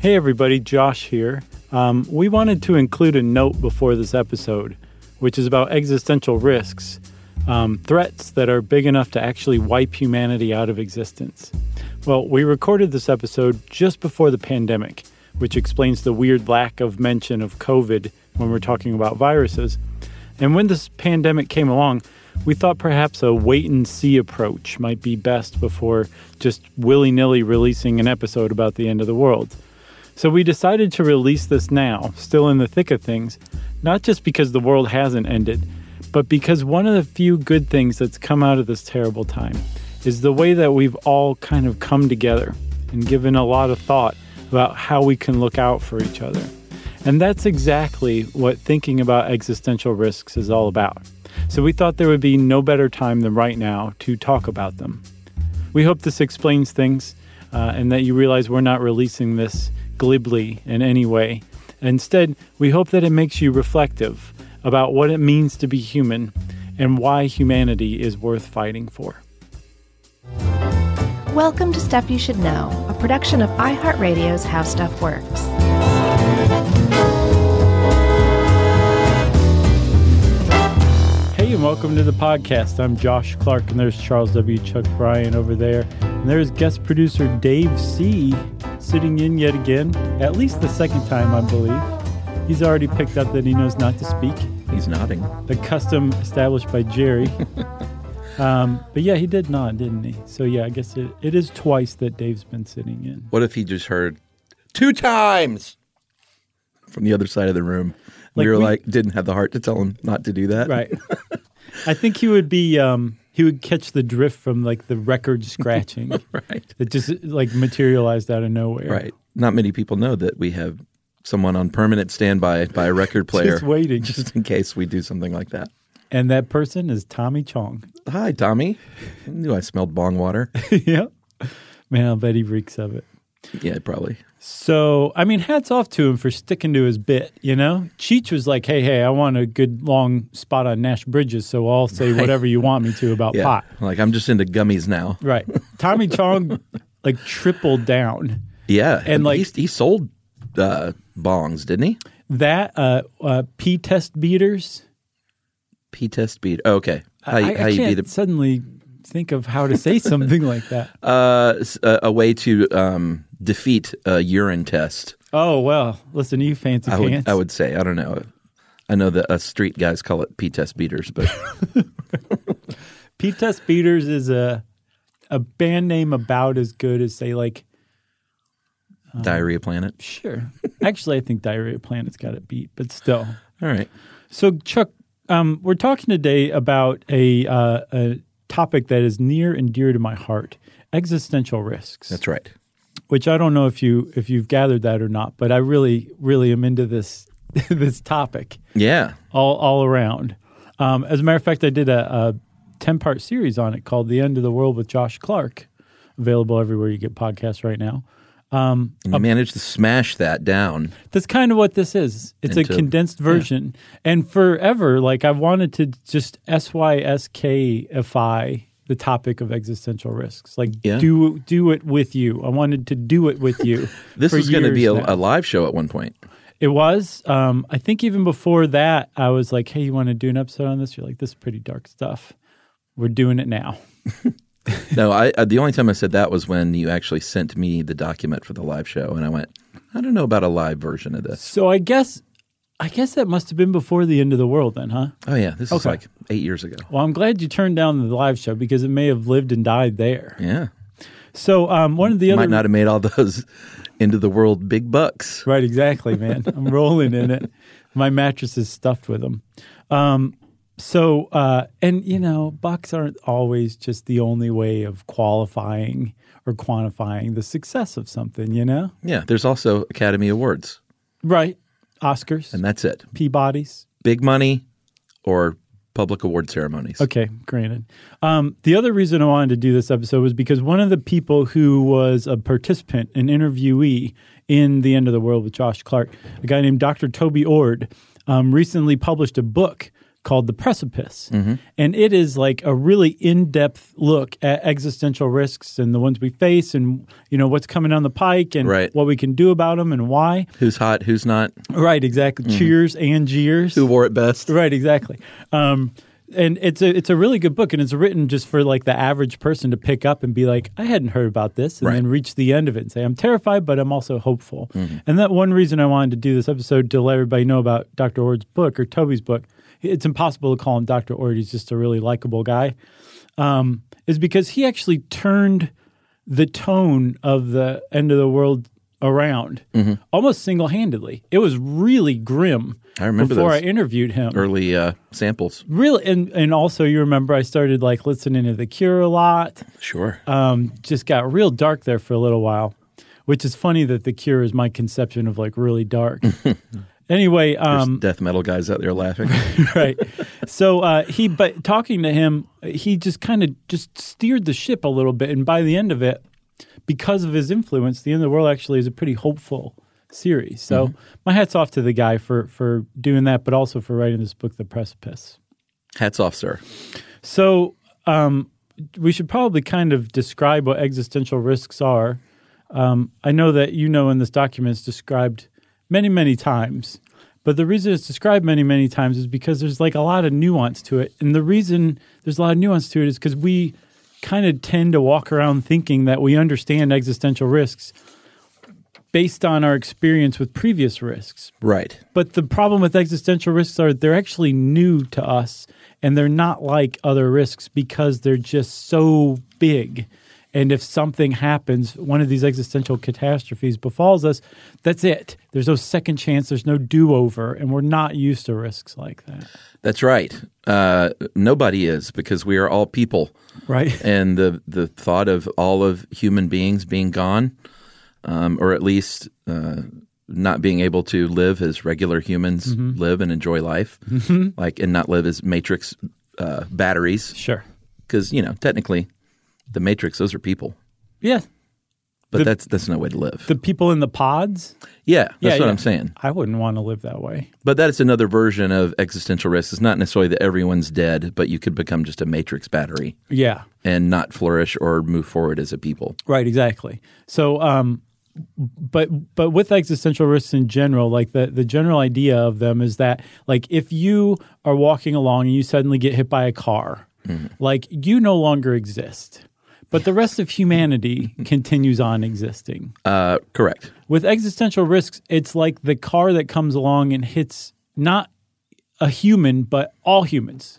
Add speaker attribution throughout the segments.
Speaker 1: Hey, everybody, Josh here. Um, we wanted to include a note before this episode, which is about existential risks, um, threats that are big enough to actually wipe humanity out of existence. Well, we recorded this episode just before the pandemic, which explains the weird lack of mention of COVID when we're talking about viruses. And when this pandemic came along, we thought perhaps a wait and see approach might be best before just willy nilly releasing an episode about the end of the world. So we decided to release this now, still in the thick of things, not just because the world hasn't ended, but because one of the few good things that's come out of this terrible time is the way that we've all kind of come together and given a lot of thought about how we can look out for each other. And that's exactly what thinking about existential risks is all about. So we thought there would be no better time than right now to talk about them. We hope this explains things uh, and that you realize we're not releasing this glibly in any way. Instead, we hope that it makes you reflective about what it means to be human and why humanity is worth fighting for.
Speaker 2: Welcome to Stuff You Should Know, a production of iHeartRadio's How Stuff Works.
Speaker 1: Hey, and welcome to the podcast. I'm Josh Clark, and there's Charles W. Chuck Bryan over there. And there's guest producer Dave C. sitting in yet again, at least the second time, I believe. He's already picked up that he knows not to speak,
Speaker 3: He's nodding.
Speaker 1: the custom established by Jerry. um, but yeah, he did nod, didn't he? So yeah, I guess it, it is twice that Dave's been sitting in.
Speaker 3: What if he just heard two times from the other side of the room?
Speaker 1: Like
Speaker 3: we were
Speaker 1: we-
Speaker 3: like, didn't have the heart to tell him not to do that.
Speaker 1: Right. I think he would be um he would catch the drift from like the record scratching
Speaker 3: Right.
Speaker 1: that just like materialized out of nowhere.
Speaker 3: Right. Not many people know that we have someone on permanent standby by a record player.
Speaker 1: Just waiting.
Speaker 3: Just in case we do something like that.
Speaker 1: And that person is Tommy Chong.
Speaker 3: Hi, Tommy. I knew I smelled bong water.
Speaker 1: yep. Man, I'll bet he reeks of it.
Speaker 3: yeah, probably.
Speaker 1: So, I mean, hats off to him for sticking to his bit, you know? Cheech was like, hey, hey, I want a good long spot on Nash Bridges, so I'll say whatever you want me to about
Speaker 3: Yeah.
Speaker 1: pot.
Speaker 3: Like, I'm just into gummies now.
Speaker 1: Right. Tommy Chong, like, tripled down.
Speaker 3: Yeah.
Speaker 1: And, like-
Speaker 3: he, he sold uh, bongs, didn't he?
Speaker 1: That, uh, uh, P test beaters.
Speaker 3: P test beat. Oh, okay. How,
Speaker 1: I,
Speaker 3: you-
Speaker 1: I
Speaker 3: how you
Speaker 1: can't
Speaker 3: beat a
Speaker 1: suddenly think of how to say something like that.
Speaker 3: uh, s- a, a way to um, defeat a urine test.
Speaker 1: Oh, well, listen, you fancy
Speaker 3: I
Speaker 1: pants.
Speaker 3: would, I would say. I don't know. I know that us street guys call it pee test beaters, but
Speaker 1: P Test Beaters is a a band name about as good as say like Oh.
Speaker 3: diarrhea planet.
Speaker 1: sure. Actually, I think Diarrhea Planet's got it beat, but still.
Speaker 3: All right.
Speaker 1: So Chuck, um, we're talking today about a uh, a topic that is near and dear to my heart: existential risks.
Speaker 3: That's right.
Speaker 1: Which I don't know if you if you've gathered that or not, but I really really am into this this topic
Speaker 3: Yeah.
Speaker 1: all all around. Um, as a matter of fact, I did a, a ten part series on it called "The End of the World" with Josh Clark, available everywhere you get podcasts right now.
Speaker 3: And you
Speaker 1: Um,
Speaker 3: managed to smash that down.
Speaker 1: That's kind of what this is. It's
Speaker 3: Into-
Speaker 1: a condensed version, and forever, like I wanted to just s y s k f i the topic of existential risks. Like
Speaker 3: Yeah.
Speaker 1: do do it with you. I wanted to do it with you.
Speaker 3: This
Speaker 1: for
Speaker 3: was going to be
Speaker 1: years
Speaker 3: a,
Speaker 1: now.
Speaker 3: a live show at one point.
Speaker 1: It was. Um, I think even before that, I was like, "Hey, you want to do an episode on this?" You're like, "This is pretty dark stuff. We're doing it now."
Speaker 3: No, I, I the only time I said that was when you actually sent me the document for the live show, and I went, I don't know about a live version of this.
Speaker 1: So I guess, I guess that must have been before the end of the world, then, huh?
Speaker 3: Oh yeah, this is
Speaker 1: Okay.
Speaker 3: like eight years ago.
Speaker 1: Well, I'm glad you turned down the live show because it may have lived and died there.
Speaker 3: Yeah,
Speaker 1: So um, one of the other
Speaker 3: might not have made all those into the world big bucks.
Speaker 1: Right, exactly, man. I'm rolling in it. My mattress is stuffed with them. Um, so, uh, and you know, bucks aren't always just the only way of qualifying or quantifying the success of something, you know?
Speaker 3: Yeah, there's also Academy Awards,
Speaker 1: Right. Oscars,
Speaker 3: and that's it.
Speaker 1: Peabodys.
Speaker 3: Big money or public award ceremonies.
Speaker 1: Okay, granted. Um, the other reason I wanted to do this episode was because one of the people who was a participant, an interviewee in The End of the World with Josh Clark, a guy named Dr. Toby Ord, um, recently published a book called The Precipice.
Speaker 3: Mm-hmm.
Speaker 1: And it is like a really in-depth look at existential risks and the ones we face and you know what's coming down the pike and
Speaker 3: Right.
Speaker 1: what we can do about them and why.
Speaker 3: Who's hot? Who's not?
Speaker 1: Right, exactly. Cheers and jeers.
Speaker 3: Mm-hmm. Who wore it best?
Speaker 1: Right, exactly. Um, and it's a it's a really good book, and it's written just for like the average person to pick up and be like, I hadn't heard about this, and
Speaker 3: Right. Mm-hmm.
Speaker 1: then reach the end of it and say, I'm terrified, but I'm also hopeful. And that one reason I wanted to do this episode to let everybody know about Dr. Ord's book or Toby's book. It's impossible to call him Dr. Ord. He's just a really likable guy. Um, is because he actually turned the tone of the end of the world around
Speaker 3: Mm-hmm.
Speaker 1: almost single handedly. It was really grim.
Speaker 3: I remember
Speaker 1: before
Speaker 3: those.
Speaker 1: I interviewed him
Speaker 3: Early uh, samples.
Speaker 1: really and and also you remember i started like listening to the cure a lot
Speaker 3: Sure.
Speaker 1: um just got real dark there for a little while which is funny that the cure is my conception of like really dark anyway
Speaker 3: There's
Speaker 1: um
Speaker 3: death metal guys out there laughing.
Speaker 1: right so uh he but talking to him he just kind of just steered the ship a little bit and by the end of it because of his influence the end of the world actually is a pretty hopeful series so my hat's off to the guy for for doing that but also for writing this book the precipice
Speaker 3: Hats off, sir.
Speaker 1: So um, we should probably kind of describe what existential risks are. Um, I know that you know in this document it's described many, many times. But the reason it's described many, many times is because there's like a lot of nuance to it. And the reason there's a lot of nuance to it is because we kind of tend to walk around thinking that we understand existential risks based on our experience with previous risks.
Speaker 3: Right.
Speaker 1: But the problem with existential risks are they're actually new to us and they're not like other risks because they're just so big. And if something happens, one of these existential catastrophes befalls us, that's it. There's no second chance, there's no do over, and we're not used to risks like that.
Speaker 3: That's right. Uh, nobody is because we are all people.
Speaker 1: Right?
Speaker 3: and the the thought of all of human beings being gone, um, or at least uh, not being able to live as regular humans
Speaker 1: Mm-hmm.
Speaker 3: live and enjoy life, like and not live as Matrix uh, batteries,
Speaker 1: Sure.
Speaker 3: because you know technically, the Matrix those are people,
Speaker 1: Yeah.
Speaker 3: but
Speaker 1: The-
Speaker 3: that's that's no way to live.
Speaker 1: The people in the pods,
Speaker 3: yeah, that's
Speaker 1: Yeah,
Speaker 3: what
Speaker 1: yeah.
Speaker 3: I'm saying.
Speaker 1: I wouldn't want to live that way.
Speaker 3: But that is another version of existential risk. It's not necessarily that everyone's dead, but you could become just a Matrix battery
Speaker 1: Yeah.
Speaker 3: and not flourish or move forward as a people.
Speaker 1: Right, exactly. So, um, but but with existential risks in general, like the the general idea of them is that like if you are walking along and you suddenly get hit by a car, like you no longer exist, but the rest of humanity continues on existing.
Speaker 3: Uh, correct.
Speaker 1: With existential risks, it's like the car that comes along and hits not a human, but all humans.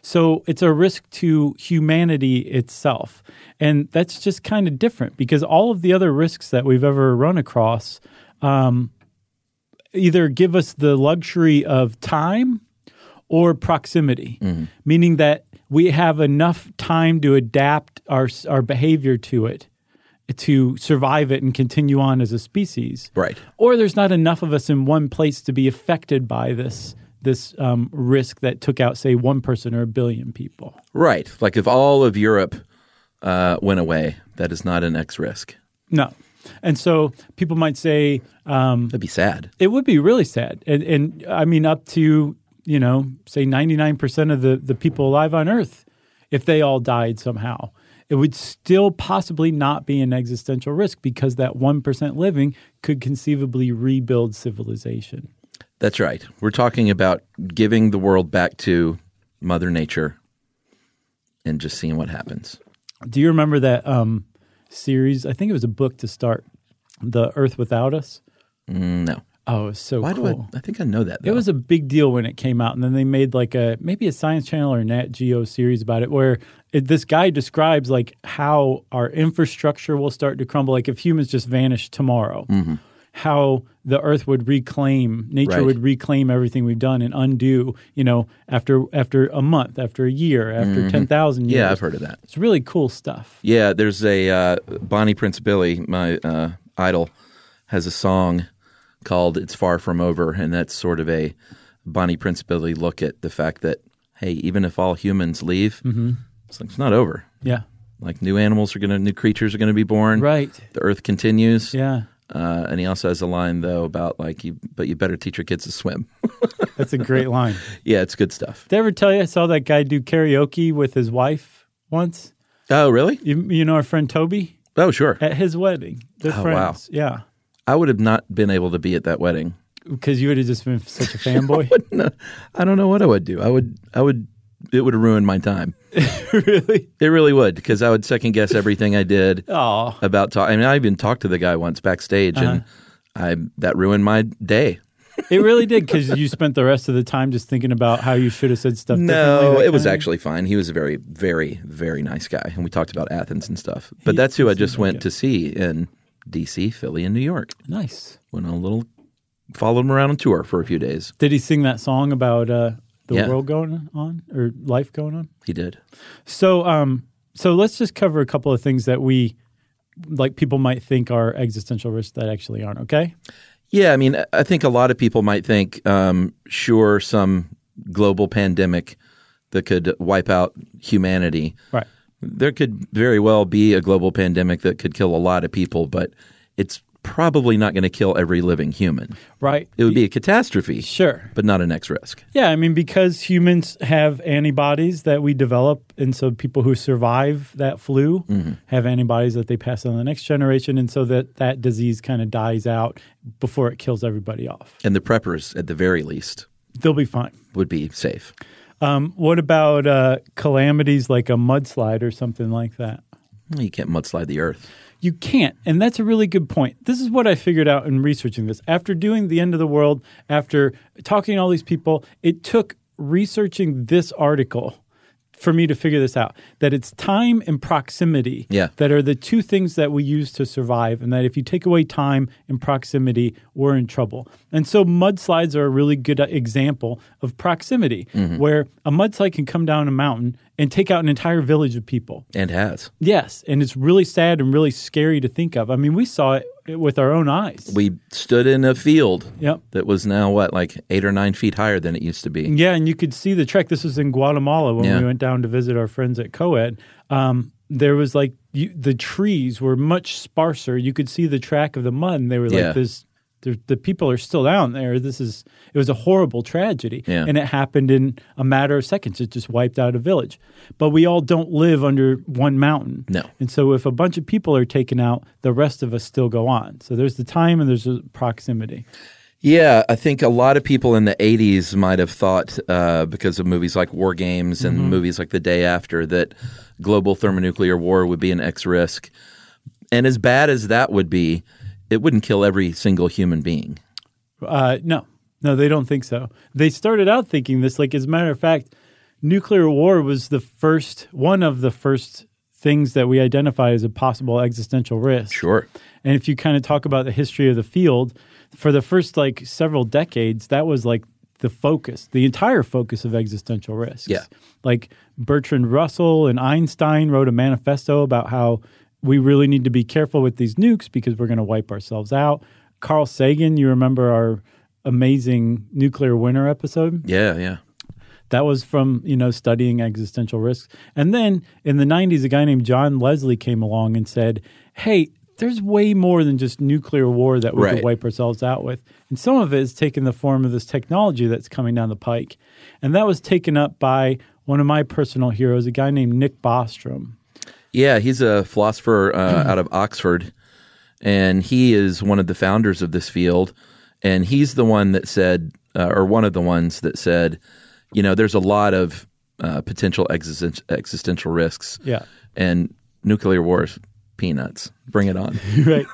Speaker 1: So it's a risk to humanity itself. And that's just kind of different because all of the other risks that we've ever run across um, either give us the luxury of time or proximity, meaning that we have enough time to adapt our, our behavior to it. To survive it and continue on as a species,
Speaker 3: Right.
Speaker 1: or there's not enough of us in one place to be affected by this this um, risk that took out, say, one person or a billion people.
Speaker 3: Right. Like if all of Europe uh, went away, that is not an X risk.
Speaker 1: No, and so people might say um,
Speaker 3: That'd be sad.
Speaker 1: it would be really sad, and, and I mean up to you know say 99% of the the people alive on Earth, if they all died somehow. It would still possibly not be an existential risk because that 1% living could conceivably rebuild civilization.
Speaker 3: That's right. We're talking about giving the world back to Mother Nature and just seeing what happens.
Speaker 1: Do you remember that um, series? I think it was a book to start, "The Earth Without Us."
Speaker 3: No.
Speaker 1: Oh, it was so
Speaker 3: Why
Speaker 1: cool.
Speaker 3: do I? I think I know that. Though.
Speaker 1: it was a big deal when it came out, and then they made like a maybe a Science Channel or Nat Geo series about it, where it, this guy describes like how our infrastructure will start to crumble, like if humans just vanish tomorrow, how the Earth would reclaim, nature
Speaker 3: Mm-hmm. Right.
Speaker 1: would reclaim everything we've done and undo, you know, after after a month, after a year, after thousand years.
Speaker 3: Mm-hmm. yeah, I've heard of that.
Speaker 1: It's really cool stuff.
Speaker 3: Yeah, there's a uh, Bonnie Prince Billy, my uh, idol, has a song called "It's Far From Over," and that's sort of a Bonnie Prince Billy look at the fact that hey, even if all humans leave,
Speaker 1: Mm-hmm.
Speaker 3: it's, like, it's not over.
Speaker 1: Yeah.
Speaker 3: Like new animals are going to, new creatures are going to be born.
Speaker 1: Right.
Speaker 3: The earth continues.
Speaker 1: Yeah.
Speaker 3: Uh, and he also has a line though about like, you, but you better teach your kids to swim.
Speaker 1: That's a great line.
Speaker 3: Yeah, it's good stuff.
Speaker 1: Did I ever tell you I saw that guy do karaoke with his wife once?
Speaker 3: Oh, really?
Speaker 1: You, you know our friend Toby
Speaker 3: Oh, sure.
Speaker 1: at his wedding. They're
Speaker 3: Oh, wow.
Speaker 1: friends. Yeah.
Speaker 3: I would have not been able to be at that wedding.
Speaker 1: Because you would have just been such a fanboy.
Speaker 3: No, I don't know what I would do. I would, I would, it would have ruined my time.
Speaker 1: really?
Speaker 3: It really would, because I would second guess everything I did
Speaker 1: Oh,
Speaker 3: about talk. I mean, I even talked to the guy once backstage,
Speaker 1: Uh-huh.
Speaker 3: and I that ruined my day.
Speaker 1: it really did because you spent the rest of the time just thinking about how you should have said stuff. differently
Speaker 3: No,
Speaker 1: that
Speaker 3: it was
Speaker 1: time.
Speaker 3: actually fine. He was a very, very, very nice guy, and we talked about Athens and stuff. But that's who I just went to see in D.C., Philly, and New York.
Speaker 1: nice.
Speaker 3: Went on a little, followed him around on tour for a few days.
Speaker 1: Did he sing that song about uh, the
Speaker 3: Yeah.
Speaker 1: world going on or life going on?
Speaker 3: He did.
Speaker 1: So, um, so let's just cover a couple of things that we like people might think are existential risks that actually aren't. Okay.
Speaker 3: Yeah, I mean, I- I think a lot of people might think, um, sure, some global pandemic that could wipe out humanity.
Speaker 1: Right.
Speaker 3: There could very well be a global pandemic that could kill a lot of people, but it's probably not going to kill every living human.
Speaker 1: Right.
Speaker 3: It would be a catastrophe,
Speaker 1: Sure.
Speaker 3: but not an X risk.
Speaker 1: Yeah. I mean, because humans have antibodies that we develop. And so people who survive that flu have antibodies that they pass on to the next generation. And so that that disease kind of dies out before it kills everybody off.
Speaker 3: And the preppers, at the very least,
Speaker 1: They'll be fine.
Speaker 3: would be safe.
Speaker 1: Um, what about uh, calamities like a mudslide or something like that?
Speaker 3: You can't mudslide the earth.
Speaker 1: You can't. And that's a really good point. This is what I figured out in researching this. After doing The End of the World, after talking to all these people, it took researching this article for me to figure this out that it's time and proximity
Speaker 3: Yeah.
Speaker 1: that are the two things that we use to survive and that if you take away time and proximity we're in trouble and so mudslides are a really good uh, example of proximity where a mudslide can come down a mountain and take out an entire village of people
Speaker 3: And has.
Speaker 1: Yes, and it's really sad and really scary to think of. I mean, we saw it with our own eyes.
Speaker 3: We stood in a field
Speaker 1: Yep.
Speaker 3: that was now, what, like eight or nine feet higher than it used to be.
Speaker 1: yeah, and you could see the trek. This was in Guatemala when
Speaker 3: Yeah.
Speaker 1: we went down to visit our friends at Coed. Um, there was like you, the trees were much sparser. You could see the track of the mud, and they were
Speaker 3: Yeah.
Speaker 1: like this. The, the people are still down there. This is it was a horrible tragedy,
Speaker 3: Yeah.
Speaker 1: and it happened in a matter of seconds. It just wiped out a village. But we all don't live under one mountain.
Speaker 3: No.
Speaker 1: And so if a bunch of people are taken out, the rest of us still go on. So there's the time and there's the proximity.
Speaker 3: Yeah, I think a lot of people in the 80s might have thought, uh, because of movies like War Games and movies like The Day After, that global thermonuclear war would be an X risk. And as bad as that would be, it wouldn't kill every single human being.
Speaker 1: Uh, no, no, they don't think so. They started out thinking this. Like, as a matter of fact, nuclear war was the first one of the first things that we identify as a possible existential risk.
Speaker 3: Sure.
Speaker 1: And if you kind of talk about the history of the field, for the first like several decades, that was like the focus, the entire focus of existential risks.
Speaker 3: Yeah.
Speaker 1: Like Bertrand Russell and Einstein wrote a manifesto about how we really need to be careful with these nukes because we're going to wipe ourselves out. Carl Sagan, you remember our amazing nuclear winter episode?
Speaker 3: Yeah, yeah.
Speaker 1: That was from, you know, studying existential risks. And then in the 90s, a guy named John Leslie came along and said, hey, there's way more than just nuclear war that we
Speaker 3: Right.
Speaker 1: could wipe ourselves out with. And some of it is taken the form of this technology that's coming down the pike. And that was taken up by one of my personal heroes, a guy named Nick Bostrom.
Speaker 3: Yeah, he's a philosopher uh, out of Oxford, and he is one of the founders of this field. And he's the one that said, uh, or one of the ones that said, you know, there's a lot of uh, potential existen- existential risks.
Speaker 1: Yeah.
Speaker 3: And nuclear wars, peanuts. Bring it on.
Speaker 1: right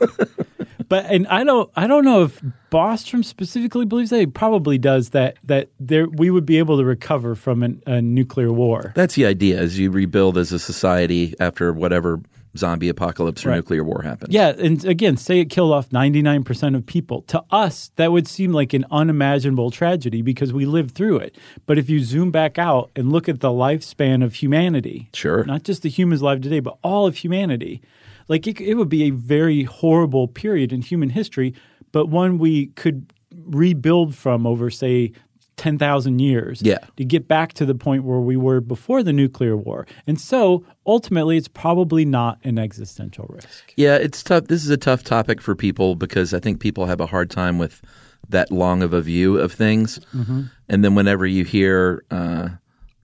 Speaker 1: but and i don't i don't know if bostrom specifically believes that he probably does that that there we would be able to recover from an, a nuclear war
Speaker 3: That's the idea: is you rebuild as a society after whatever zombie apocalypse or
Speaker 1: Right.
Speaker 3: nuclear war happens.
Speaker 1: yeah and again say it killed off 99% of people to us that would seem like an unimaginable tragedy because we lived through it but if you zoom back out and look at the lifespan of humanity
Speaker 3: Sure.
Speaker 1: not just the humans alive today but all of humanity like it, it would be a very horrible period in human history but one we could rebuild from over say 10,000 years
Speaker 3: Yeah.
Speaker 1: to get back to the point where we were before the nuclear war. And so ultimately, it's probably not an existential risk.
Speaker 3: Yeah, it's tough. This is a tough topic for people because I think people have a hard time with that long of a view of things.
Speaker 1: Mm-hmm.
Speaker 3: And then whenever you hear uh,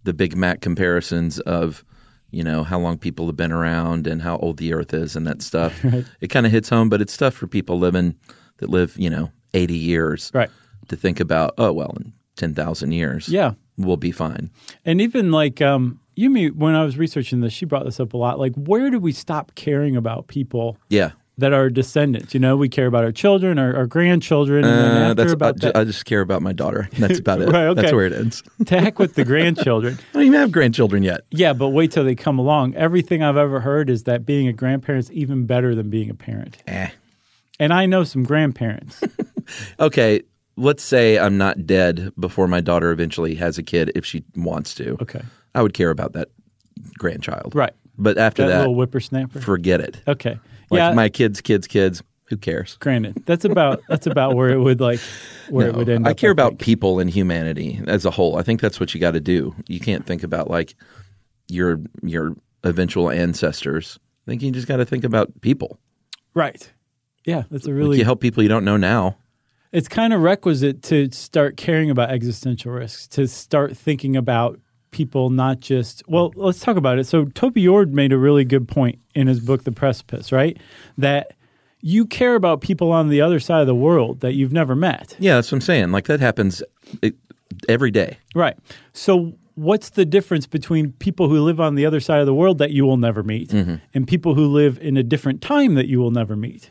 Speaker 3: the Big Mac comparisons of, you know, how long people have been around and how old the Earth is and that stuff, it kind of hits home. But it's stuff for people living that live, you know, eighty years,
Speaker 1: Right.
Speaker 3: To think about, oh well, in ten thousand years,
Speaker 1: Yeah.
Speaker 3: we'll be fine.
Speaker 1: And even like um, Yumi, when I was researching this, she brought this up a lot. Like, where do we stop caring about people
Speaker 3: Yeah,
Speaker 1: that are descendants? You know, we care about our children, our, our grandchildren, and then
Speaker 3: Uh,
Speaker 1: after
Speaker 3: that's
Speaker 1: about
Speaker 3: I, ju-
Speaker 1: that,
Speaker 3: I just care about my daughter. That's about it.
Speaker 1: Right, okay.
Speaker 3: That's where it ends. I
Speaker 1: to heck with the grandchildren.
Speaker 3: don't even have grandchildren yet.
Speaker 1: Yeah, but wait till they come along. Everything I've ever heard is that being a grandparent's even better than being a parent.
Speaker 3: Eh.
Speaker 1: And I know some grandparents.
Speaker 3: Okay, let's say I'm not dead before my daughter eventually has a kid if she wants to.
Speaker 1: Okay.
Speaker 3: I would care about that grandchild.
Speaker 1: Right.
Speaker 3: But after
Speaker 1: that,
Speaker 3: that,
Speaker 1: little whippersnapper.
Speaker 3: forget it.
Speaker 1: okay.
Speaker 3: Like
Speaker 1: yeah.
Speaker 3: my kids, kids, kids, who cares?
Speaker 1: granted, that's about that's about where it would like where it would end.
Speaker 3: I
Speaker 1: up,
Speaker 3: care about
Speaker 1: think.
Speaker 3: people and humanity as a whole. I think that's what you got to do. You can't think about like your your eventual ancestors. I think you just got to think about people.
Speaker 1: right. Yeah, that's a
Speaker 3: Like,
Speaker 1: really
Speaker 3: you help people you don't know now.
Speaker 1: it's kind of requisite to start caring about existential risks, to start thinking about people not just well, let's talk about it. So Toby Ord made a really good point in his book The Precipice, right? That you care about people on the other side of the world that you've never met.
Speaker 3: Yeah, that's what I'm saying. Like that happens it, every day.
Speaker 1: Right. So what's the difference between people who live on the other side of the world that you will never meet
Speaker 3: Mm-hmm.
Speaker 1: and people who live in a different time that you will never meet?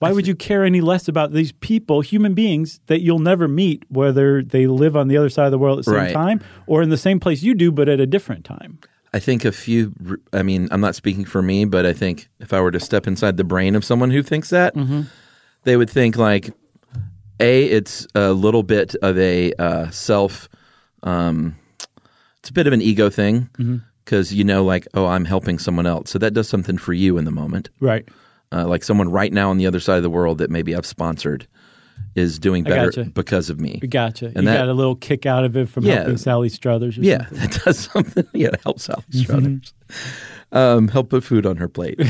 Speaker 1: Why would you care any less about these people, human beings that you'll never meet, whether they live on the other side of the world at the same
Speaker 3: Right.
Speaker 1: time or in the same place you do, but at a different time?
Speaker 3: I think a few. I mean, I'm not speaking for me, but I think if I were to step inside the brain of someone who thinks that,
Speaker 1: Mm-hmm.
Speaker 3: they would think like, a, it's a little bit of a uh, self. Um, it's a bit of an ego thing
Speaker 1: Mm-hmm.
Speaker 3: because you know, like, oh, I'm helping someone else, so that does something for you in the moment.
Speaker 1: Right.
Speaker 3: Uh, like someone right now on the other side of the world that maybe I've sponsored is doing better
Speaker 1: gotcha.
Speaker 3: because of me.
Speaker 1: Gotcha. you
Speaker 3: that-
Speaker 1: got a little kick out of it from
Speaker 3: Yeah.
Speaker 1: helping Sally Struthers or
Speaker 3: Yeah,
Speaker 1: something.
Speaker 3: that does something. Yeah, it helps out Struthers. Um, help put food on her plate.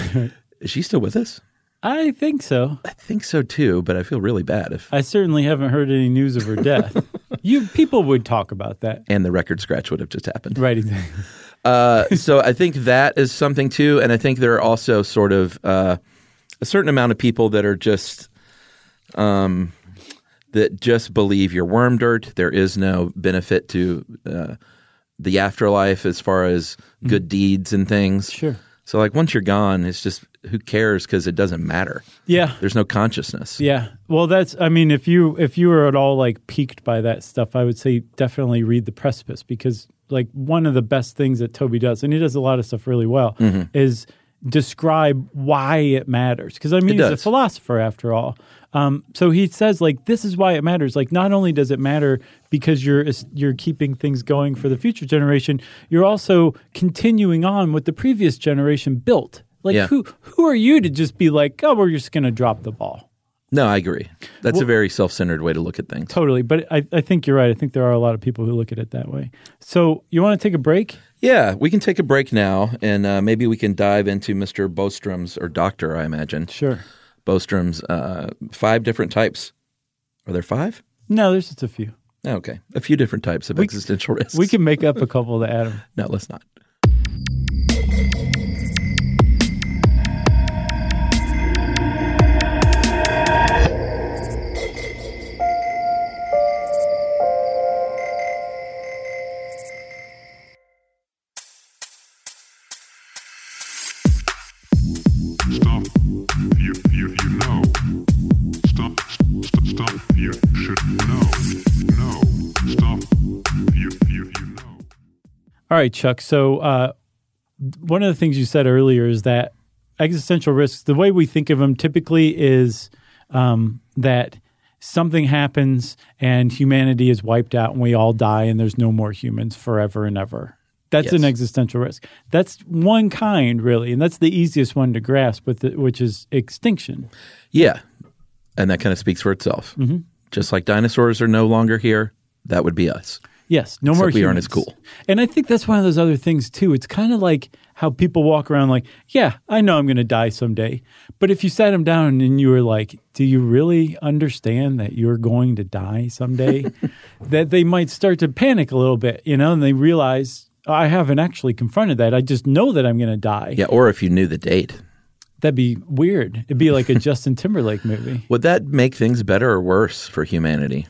Speaker 3: Is she still with us?
Speaker 1: I think so.
Speaker 3: I think so too, but I feel really bad if.
Speaker 1: I certainly haven't heard any news of her death. you people would talk about that.
Speaker 3: And the record scratch would have just happened.
Speaker 1: Right, exactly.
Speaker 3: Uh, so I think that is something too, and I think there are also sort of uh, a certain amount of people that are just, um, that just believe you're worm dirt. There is no benefit to uh, the afterlife as far as good deeds and things.
Speaker 1: Mm-hmm. Sure.
Speaker 3: So like once you're gone, it's just who cares because it doesn't matter.
Speaker 1: Yeah.
Speaker 3: There's no consciousness.
Speaker 1: Yeah. Well, that's I mean, if you if you were at all like piqued by that stuff, I would say definitely read The Precipice because like one of the best things that Toby does, and he does a lot of stuff really well,
Speaker 3: Mm-hmm.
Speaker 1: is describe why it matters. Because I mean, he's a
Speaker 3: does.
Speaker 1: philosopher after all. Um, so he says like this is why it matters. Like not only does it matter because you're you're keeping things going for the future generation, you're also continuing on what the previous generation built. Like
Speaker 3: Yeah.
Speaker 1: who who are you to just be like, oh, we're just going to drop the ball?
Speaker 3: No, I agree. That's a very self-centered way to look at things.
Speaker 1: Totally. But I, I think you're right. I think there are a lot of people who look at it that way. So you want to take a break?
Speaker 3: Yeah, we can take a break now, and uh, maybe we can dive into Mr. Bostrom's or Doctor, I imagine
Speaker 1: Sure.
Speaker 3: Bostrom's uh, five different types. Are there five?
Speaker 1: No, there's just a few.
Speaker 3: Oh, okay, a few different types of existential risks.
Speaker 1: We can make up a couple to Adam.
Speaker 3: No, let's not.
Speaker 4: Stop. You, you, you know. Stop. Stop. Stop. You should know. No. Stop. You, you, you know.
Speaker 1: All right, Chuck. So uh, one of the things you said earlier is that existential risks, the way we think of them typically is um, that something happens and humanity is wiped out and we all die and there's no more humans forever and ever. That's an
Speaker 3: Yes.
Speaker 1: existential risk. That's one kind, really, and that's the easiest one to grasp, with the, which is extinction.
Speaker 3: Yeah,
Speaker 1: Mm-hmm.
Speaker 3: and that kind of speaks for itself. Just like dinosaurs are no longer here, that would be us.
Speaker 1: Yes, no
Speaker 3: Except
Speaker 1: more.
Speaker 3: we aren't
Speaker 1: humans.
Speaker 3: as cool.
Speaker 1: And I think that's one of those other things too. It's kind of like how people walk around like, "Yeah, I know I'm going to die someday," but if you sat them down and you were like, "Do you really understand that you're going to die someday?" that they might start to panic a little bit, you know, and they realize I haven't actually confronted that. I just know that I'm going to die.
Speaker 3: Yeah, or if you knew the date.
Speaker 1: That'd be weird. It'd be like a Justin Timberlake movie.
Speaker 3: Would that make things better or worse for humanity?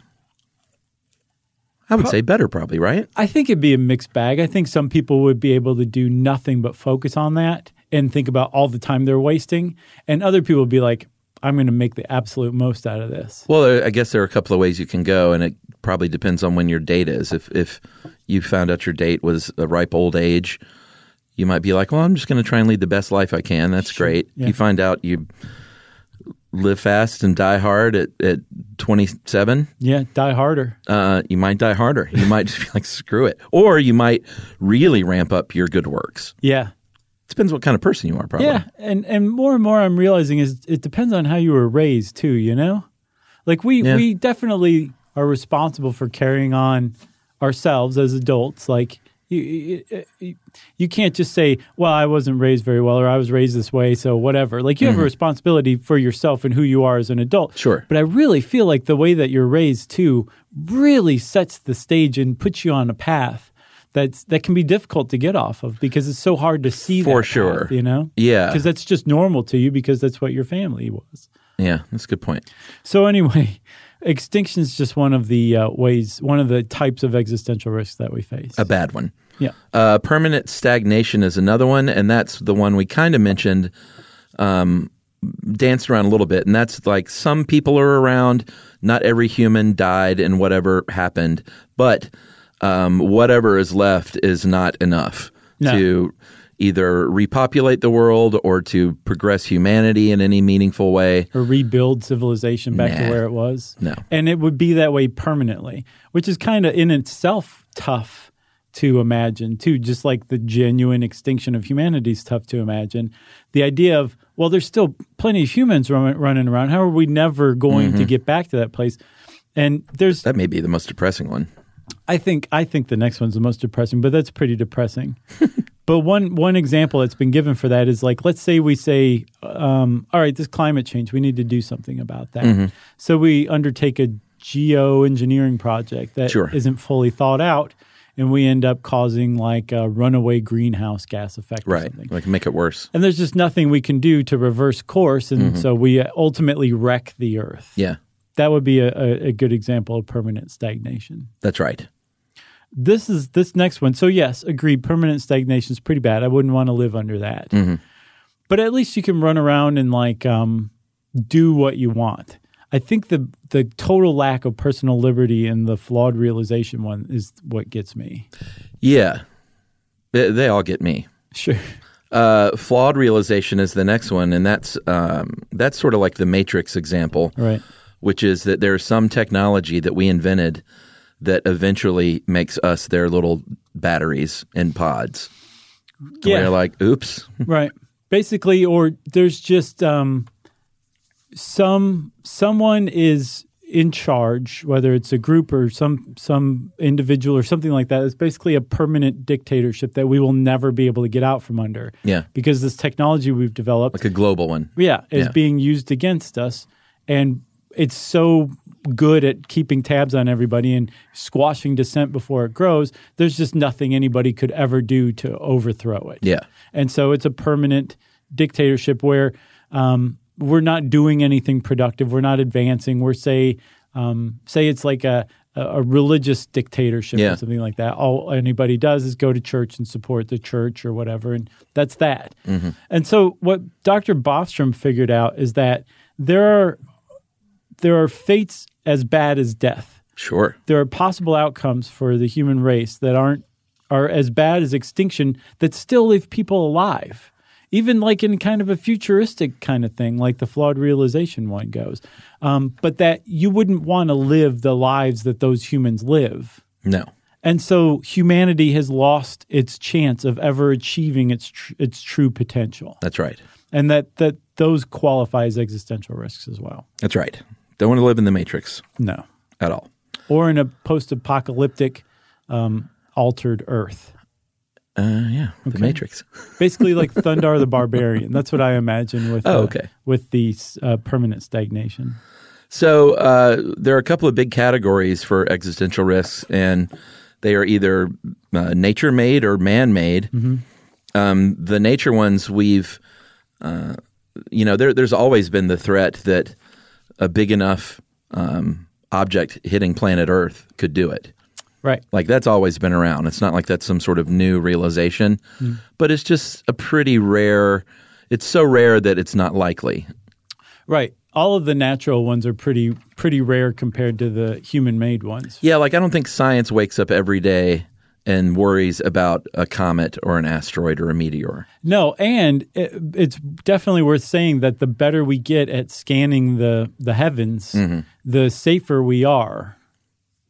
Speaker 3: I would say better, probably, right?
Speaker 1: I think it'd be a mixed bag. I think some people would be able to do nothing but focus on that and think about all the time they're wasting. And other people would be like, I'm going to make the absolute most out of this.
Speaker 3: Well, there- I guess there are a couple of ways you can go, and it probably depends on when your date is. If if you found out your date was a ripe old age, you might be like, "Well, I'm just going to try and lead the best life I can." That's great.
Speaker 1: yeah.
Speaker 3: You find out you live fast and die hard at at 27.
Speaker 1: Yeah, die harder.
Speaker 3: uh, you might die harder. You might just be like, screw it. Or you might really ramp up your good works.
Speaker 1: Yeah.
Speaker 3: Depends what kind of person you are, probably.
Speaker 1: Yeah. And, and more and more I'm realizing is it depends on how you were raised too, you know? Like we,
Speaker 3: Yeah.
Speaker 1: we definitely are responsible for carrying on ourselves as adults. Like you, you, you- you can't just say, well, I wasn't raised very well or I was raised this way, so whatever. Like you have a responsibility for yourself and who you are as an adult.
Speaker 3: Mm-hmm. Sure.
Speaker 1: But I really feel like the way that you're raised too really sets the stage and puts you on a path. That's, that can be difficult to get off of because it's so hard to see
Speaker 3: For
Speaker 1: that path,
Speaker 3: sure.
Speaker 1: you know
Speaker 3: Yeah.
Speaker 1: because that's just normal to you because that's what your family was
Speaker 3: Yeah, that's a good point.
Speaker 1: so anyway, extinction is just one of the uh, ways, one of the types of existential risks that we face.
Speaker 3: A bad one.
Speaker 1: yeah,
Speaker 3: Uh, permanent stagnation is another one, and that's the one we kind of mentioned, um, danced around a little bit. And that's like some people are around, not every human died and whatever happened, but um, whatever is left is not enough
Speaker 1: No.
Speaker 3: to either repopulate the world or to progress humanity in any meaningful way.
Speaker 1: or rebuild civilization back to
Speaker 3: Nah.
Speaker 1: where it was.
Speaker 3: No.
Speaker 1: and it would be that way permanently, which is kind of in itself tough to imagine too. Just like the genuine extinction of humanity is tough to imagine. The idea of well, there's still plenty of humans run, running around. How are we never going
Speaker 3: Mm-hmm.
Speaker 1: to get back to that place? And there's
Speaker 3: That may be the most depressing one.
Speaker 1: I think I think the next one's the most depressing, but that's pretty depressing. but one one example that's been given for that is like let's say we say, um, all right, this climate change, we need to do something about that.
Speaker 3: Mm-hmm.
Speaker 1: So we undertake a geoengineering project that
Speaker 3: Sure.
Speaker 1: not fully thought out, and we end up causing like a runaway greenhouse gas effect, or
Speaker 3: Right.
Speaker 1: something.
Speaker 3: Like make it worse.
Speaker 1: And there's just nothing we can do to reverse course, and so we ultimately wreck the Earth.
Speaker 3: Mm-hmm. Yeah,
Speaker 1: That would be a, a, a good example of permanent stagnation
Speaker 3: that's right.
Speaker 1: this is this next one. So yes, agreed. Permanent stagnation is pretty bad. I wouldn't want to live under that. But at least you can run around and like um, do what you want. I think the the total lack of personal liberty and the flawed realization one is what gets me.
Speaker 3: Yeah. They, they all get me.
Speaker 1: Sure.
Speaker 3: Uh, flawed realization is the next one, and that's um, that's sort of like the Matrix example,
Speaker 1: Right.
Speaker 3: which is that there's some technology that we invented that eventually makes us their little batteries and pods. And
Speaker 1: Yeah.
Speaker 3: We're like, oops,
Speaker 1: right basically or there's just um some someone is in charge whether it's a group or some some individual or something like that it's basically a permanent dictatorship that we will never be able to get out from under
Speaker 3: Yeah.
Speaker 1: because this technology we've developed
Speaker 3: like a global one.
Speaker 1: yeah is
Speaker 3: Yeah.
Speaker 1: being used against us and it's so good at keeping tabs on everybody and squashing dissent before it grows there's just nothing anybody could ever do to overthrow it
Speaker 3: Yeah.
Speaker 1: and so it's a permanent dictatorship where um, we're not doing anything productive. We're not advancing. We're say um, say it's like a a a religious dictatorship
Speaker 3: Yeah.
Speaker 1: or something like that. All anybody does is go to church and support the church or whatever, and that's that. And so what Dr. Bostrom figured out is that there are there are fates as bad as death
Speaker 3: Sure.
Speaker 1: there are possible outcomes for the human race that aren't are as bad as extinction that still leave people alive even like in kind of a futuristic kind of thing like the flawed realization one goes um, but that you wouldn't want to live the lives that those humans live
Speaker 3: No.
Speaker 1: and so humanity has lost its chance of ever achieving its tr- its true potential
Speaker 3: That's right.
Speaker 1: and that that those qualify as existential risks as well
Speaker 3: That's right. Don't want to live in the Matrix
Speaker 1: no
Speaker 3: at all.
Speaker 1: or in a post-apocalyptic um, altered Earth.
Speaker 3: Uh, yeah, The Matrix.
Speaker 1: Basically, like Thundar the Barbarian. That's what I imagine with
Speaker 3: Oh,
Speaker 1: uh,
Speaker 3: okay.
Speaker 1: with the uh, permanent stagnation.
Speaker 3: So uh, there are a couple of big categories for existential risks, and they are either uh, nature made or man made. Um, the nature ones we've, uh, you know, there, there's always been the threat that a big enough um, object hitting planet Earth could do it.
Speaker 1: Right.
Speaker 3: Like that's always been around. It's not like that's some sort of new realization, but it's just a pretty rare. It's so rare that it's not likely.
Speaker 1: Right. All of the natural ones are pretty pretty rare compared to the human made ones.
Speaker 3: Yeah, like I don't think science wakes up every day and worries about a comet or an asteroid or a meteor.
Speaker 1: No, and it, it's definitely worth saying that the better we get at scanning the the heavens,
Speaker 3: Mm-hmm.
Speaker 1: the safer we are.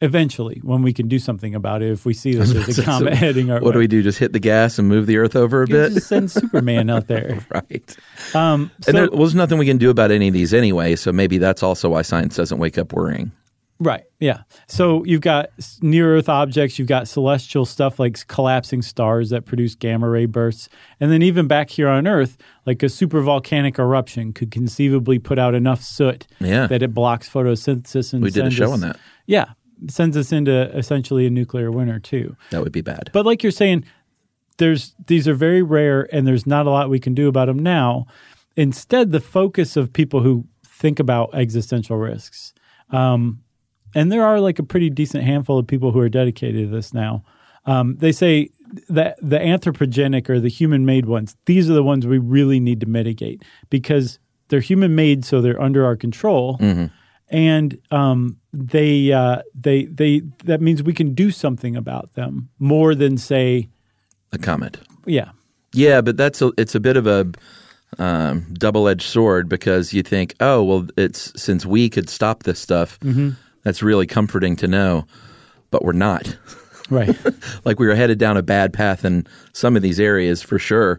Speaker 1: Eventually, when we can do something about it, if we see that there's a comet heading our
Speaker 3: What do
Speaker 1: way.
Speaker 3: we do? Just hit the gas and move the Earth over a
Speaker 1: You
Speaker 3: bit?
Speaker 1: just send Superman out there.
Speaker 3: right.
Speaker 1: Um, so,
Speaker 3: and there, well, there's nothing we can do about any of these anyway, so maybe that's also why science doesn't wake up worrying.
Speaker 1: Right. Yeah. So you've got near Earth objects, you've got celestial stuff like collapsing stars that produce gamma ray bursts. And then even back here on Earth, like a supervolcanic eruption could conceivably put out enough soot
Speaker 3: Yeah.
Speaker 1: that it blocks photosynthesis. And
Speaker 3: We did a
Speaker 1: sends
Speaker 3: show
Speaker 1: us-
Speaker 3: on that.
Speaker 1: Yeah. Sends us into essentially a nuclear winter, too.
Speaker 3: That would be bad.
Speaker 1: But like you're saying, there's these are very rare, and there's not a lot we can do about them now. Instead, the focus of people who think about existential risks, um, and there are like a pretty decent handful of people who are dedicated to this now. Um, they say that the anthropogenic or the human made ones, these are the ones we really need to mitigate because they're human made, so they're under our control and um, they uh, they they that means we can do something about them more than say
Speaker 3: a comet.
Speaker 1: yeah
Speaker 3: Yeah, but that's a, it's a bit of a um, double-edged sword because you think, oh, well, it's since we could stop this stuff,
Speaker 1: Mm-hmm.
Speaker 3: that's really comforting to know, but we're not.
Speaker 1: right
Speaker 3: like we were headed down a bad path in some of these areas for sure.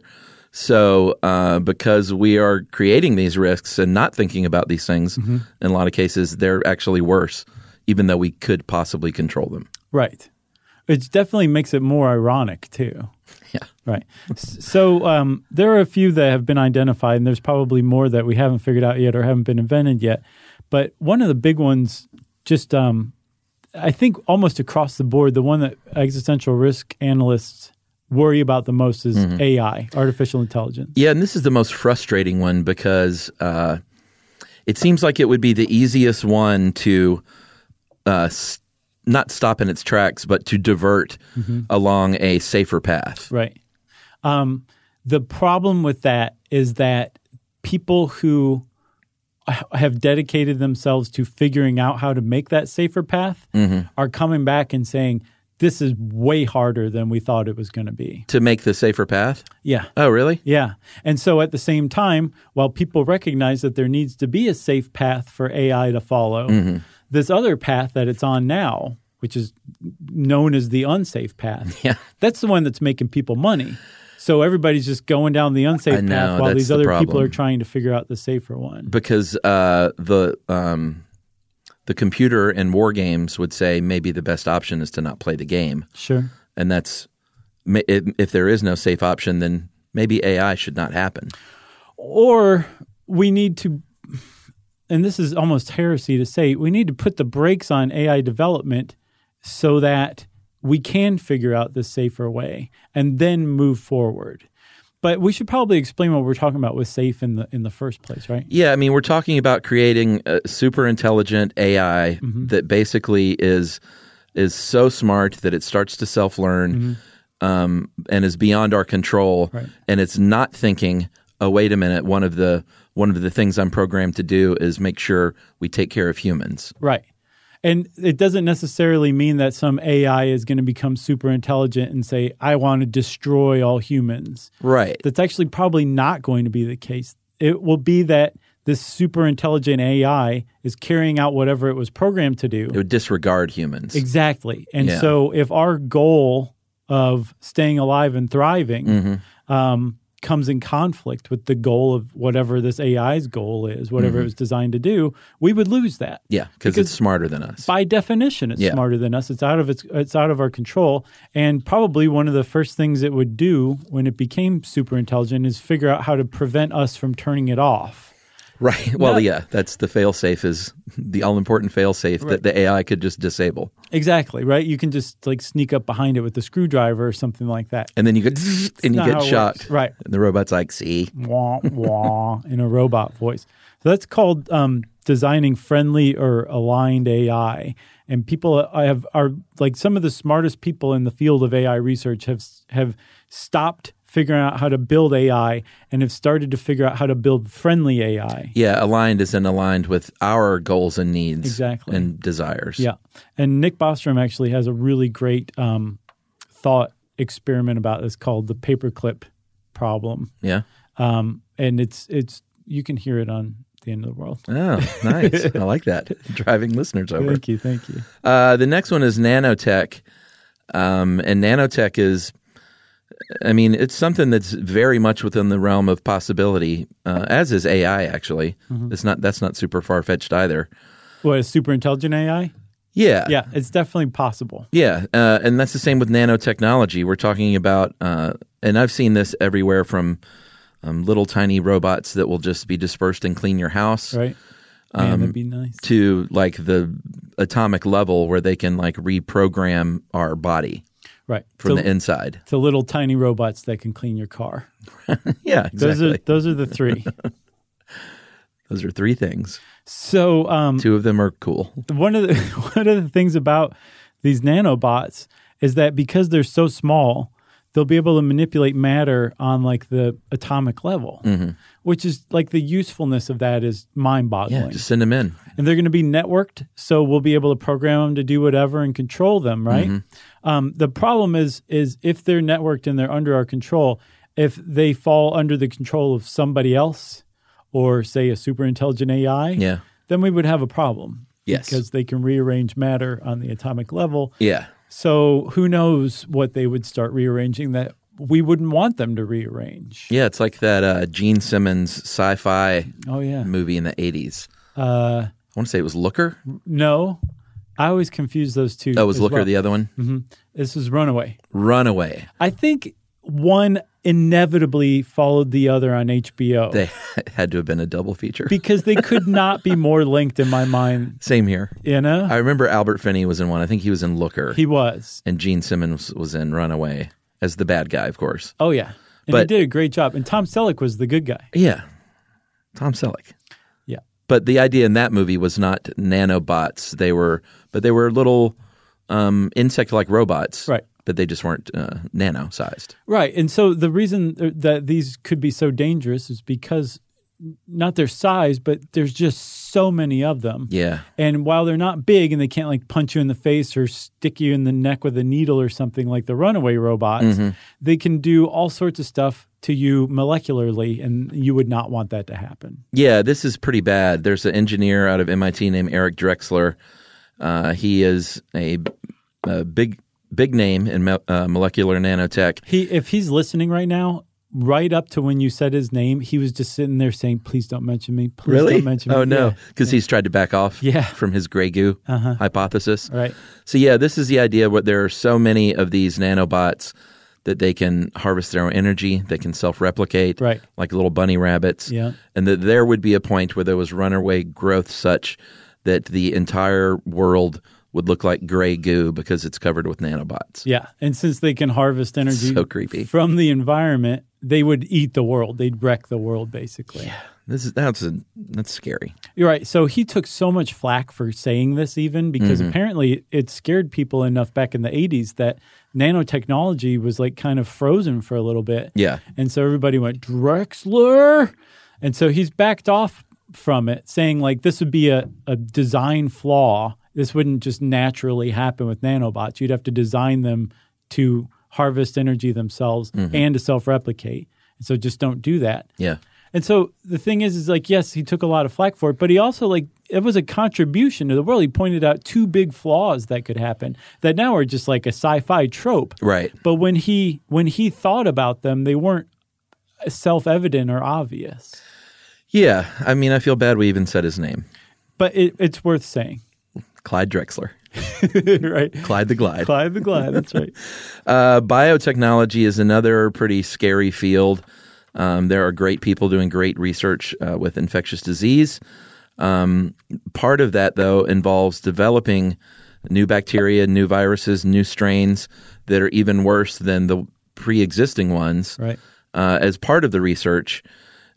Speaker 3: So, uh, because we are creating these risks and not thinking about these things, in a lot of cases, they're actually worse, even though we could possibly control them.
Speaker 1: right it definitely makes it more ironic too
Speaker 3: Yeah.
Speaker 1: right S- so um, there are a few that have been identified and there's probably more that we haven't figured out yet or haven't been invented yet but one of the big ones just um, I think almost across the board the one that existential risk analysts worry about the most is AI artificial intelligence
Speaker 3: Yeah, and this is the most frustrating one because uh, it seems like it would be the easiest one to uh, s- not stop in its tracks, but to divert along a safer path.
Speaker 1: Right. Um, the problem with that is that people who h- have dedicated themselves to figuring out how to make that safer path are coming back and saying, this is way harder than we thought it was going to be.
Speaker 3: To make the safer path?
Speaker 1: Yeah.
Speaker 3: Oh, really?
Speaker 1: Yeah. And so at the same time, while people recognize that there needs to be a safe path for AI to follow,
Speaker 3: Mm-hmm.
Speaker 1: this other path that it's on now, which is known as the unsafe path,
Speaker 3: Yeah.
Speaker 1: that's the one that's making people money. So everybody's just going down the
Speaker 3: I
Speaker 1: unsafe
Speaker 3: know,
Speaker 1: path while
Speaker 3: that's
Speaker 1: these
Speaker 3: the
Speaker 1: other people
Speaker 3: problem.
Speaker 1: are trying to figure out the safer one.
Speaker 3: because uh, the um, the computer in war games would say maybe the best option is to not play the game,
Speaker 1: Sure.
Speaker 3: and that's ma- if if there is no safe option, then maybe AI should not happen.
Speaker 1: Or we need to, and this is almost heresy to say, we need to put the brakes on AI development so that we can figure out the safer way and then move forward. But we should probably explain what we're talking about with safe in the in the first place, right?
Speaker 3: Yeah, I mean, we're talking about creating a super intelligent AI that basically is is so smart that it starts to self learn um, and is beyond our control, and it's not thinking. Oh, wait a minute. One of the one of the things I'm programmed to do is make sure we take care of humans.
Speaker 1: Right. And it doesn't necessarily mean that some AI is going to become super intelligent and say, I want to destroy all humans.
Speaker 3: Right.
Speaker 1: that's actually probably not going to be the case. It will be that this super intelligent AI is carrying out whatever it was programmed to do.
Speaker 3: It would disregard humans.
Speaker 1: Exactly. And
Speaker 3: Yeah. Mm-hmm.
Speaker 1: so if our goal of staying alive and thriving um, comes in conflict with the goal of whatever this AI's goal is, whatever it was designed to do, we would lose that.
Speaker 3: Mm-hmm. Yeah, because it's smarter than us.
Speaker 1: By definition, it's
Speaker 3: Yeah.
Speaker 1: smarter than us. It's out of its, it's out of our control, and probably one of the first things it would do when it became super intelligent is figure out how to prevent us from turning it off.
Speaker 3: Right. Well,
Speaker 1: No.
Speaker 3: yeah, that's the failsafe is the all important failsafe that the AI could just disable.
Speaker 1: Exactly right. You can just like sneak up behind it with a screwdriver or something like that.
Speaker 3: And then you get and you
Speaker 1: not how
Speaker 3: get
Speaker 1: it
Speaker 3: shocked.
Speaker 1: works. Right. Mm.
Speaker 3: And the robot's like, "See,
Speaker 1: wah, wah, in a robot voice. So that's called um, designing friendly or aligned AI. And people uh, I have are like some of the smartest people in the field of AI research have have stopped figuring out how to build AI and have started to figure out how to build friendly AI.
Speaker 3: yeah, aligned is in aligned with our goals and needs
Speaker 1: Exactly.
Speaker 3: and desires."
Speaker 1: Yeah. And Nick Bostrom actually has a really great um, thought experiment about this called the paperclip problem.
Speaker 3: Yeah.
Speaker 1: And it's it's you can hear it on the end of the world.
Speaker 3: Oh, nice. I like that. Driving listeners over.
Speaker 1: Thank you, thank you.
Speaker 3: Uh, the next one is nanotech. Um, and nanotech is, I mean, it's something that's very much within the realm of possibility, uh, as is AI, actually.
Speaker 1: Mm-hmm.
Speaker 3: It's not, that's not super far fetched either.
Speaker 1: What a super intelligent AI?
Speaker 3: Yeah.
Speaker 1: Yeah, it's definitely possible.
Speaker 3: Yeah, uh, and that's the same with nanotechnology. We're talking about, uh, and I've seen this everywhere from um, little tiny robots that will just be dispersed and clean your house
Speaker 1: Right? Man,
Speaker 3: um,
Speaker 1: that'd be nice.
Speaker 3: to like the atomic level where they can like reprogram our body
Speaker 1: Right.
Speaker 3: from
Speaker 1: to,
Speaker 3: the inside.
Speaker 1: to little tiny robots that can clean your car.
Speaker 3: Yeah,
Speaker 1: Those
Speaker 3: exactly. Those
Speaker 1: are
Speaker 3: are,
Speaker 1: those are the three.
Speaker 3: three things.
Speaker 1: so um,
Speaker 3: Two of them are cool.
Speaker 1: one of the one of the things about these nanobots is that because they're so small, they'll be able to manipulate matter on like the atomic level,
Speaker 3: Mm-hmm.
Speaker 1: which is like the usefulness of that is mind boggling.
Speaker 3: Yeah, just send them in.
Speaker 1: and they're going to be networked so we'll be able to program them to do whatever and control them right
Speaker 3: Mm-hmm.
Speaker 1: um, the problem is is if they're networked and they're under our control if they fall under the control of somebody else or say a super intelligent ai
Speaker 3: Yeah.
Speaker 1: then we would have a problem
Speaker 3: Yes.
Speaker 1: because they can rearrange matter on the atomic level
Speaker 3: Yeah.
Speaker 1: so who knows what they would start rearranging that we wouldn't want them to rearrange
Speaker 3: Yeah, it's like that uh, Gene Simmons sci-fi
Speaker 1: oh Uh, yeah
Speaker 3: movie in the 80s. I want to say it was Looker.
Speaker 1: no i always confuse those two
Speaker 3: That was
Speaker 1: as
Speaker 3: Looker,
Speaker 1: well. Mm-hmm.
Speaker 3: the other one.
Speaker 1: this is runaway
Speaker 3: Runaway.
Speaker 1: I think one inevitably followed the other on HBO
Speaker 3: They had to have been a double feature.
Speaker 1: because they could not be more linked in my mind.
Speaker 3: Same here.
Speaker 1: You know,
Speaker 3: I remember Albert Finney was in one. I think he was in Looker,
Speaker 1: he was.
Speaker 3: and Gene Simmons was in Runaway as the bad guy, of course.
Speaker 1: Oh yeah, and
Speaker 3: But-
Speaker 1: he did a great job. And Tom Selleck was the good guy.
Speaker 3: Yeah, Tom Selleck.
Speaker 1: Yeah,
Speaker 3: But the idea in that movie was not nanobots. They were, but they were little um, insect-like robots,
Speaker 1: Right.
Speaker 3: But they just weren't uh, nano-sized.
Speaker 1: right. And so the reason that these could be so dangerous is because not their size, but there's just so many of them.
Speaker 3: Yeah,
Speaker 1: And while they're not big and they can't like punch you in the face or stick you in the neck with a needle or something like the runaway robots,
Speaker 3: Mm-hmm.
Speaker 1: they can do all sorts of stuff to you molecularly, and you would not want that to happen.
Speaker 3: yeah. This is pretty bad. There's an engineer out of MIT named Eric Drexler. Uh, he is a, a big, big name in mo- uh, molecular nanotech.
Speaker 1: He, if he's listening right now, right up to when you said his name, he was just sitting there saying, "Please don't mention me. Please don't mention me."
Speaker 3: Oh no,
Speaker 1: Yeah.
Speaker 3: because he's tried to back off
Speaker 1: Yeah. Uh-huh.
Speaker 3: from his gray goo hypothesis.
Speaker 1: Right.
Speaker 3: So yeah, this is the idea. What there are so many of these nanobots that they can harvest their own energy. They can self-replicate,
Speaker 1: Right.
Speaker 3: Like little bunny rabbits.
Speaker 1: Yeah.
Speaker 3: And that there would be a point where there was runaway growth such that the entire world would look like gray goo because it's covered with nanobots.
Speaker 1: Yeah, and since they can harvest energy
Speaker 3: So creepy.
Speaker 1: from the environment, they would eat the world. They'd wreck the world, basically.
Speaker 3: This is that's a, that's scary.
Speaker 1: You're right. So he took so much flack for saying this, even because apparently it scared people enough back in the 80s that nanotechnology was like kind of frozen for a little bit.
Speaker 3: Yeah.
Speaker 1: And so everybody went, Drexler. And so he's backed off from it, saying like this would be a, a design flaw. This wouldn't just naturally happen with nanobots. You'd have to design them to harvest energy themselves and to self replicate. And so just don't do that.
Speaker 3: Yeah.
Speaker 1: And so the thing is, is like, yes, he took a lot of flack for it, but he also like it was a contribution to the world. He pointed out two big flaws that could happen that now are just like a sci-fi trope.
Speaker 3: Right.
Speaker 1: But when he when he thought about them, they weren't self evident or obvious.
Speaker 3: Yeah, I mean, I feel bad we even said his name,
Speaker 1: But it, it's worth saying,
Speaker 3: Clyde Drexler,
Speaker 1: right?
Speaker 3: Clyde the Glide.
Speaker 1: Clyde the Glide. That's right.
Speaker 3: Uh, biotechnology is another pretty scary field. Um, there are great people doing great research uh, with infectious disease. Um, part of that, though, involves developing new bacteria, new viruses, new strains that are even worse than the pre existing ones
Speaker 1: Right.
Speaker 3: uh, as part of the research,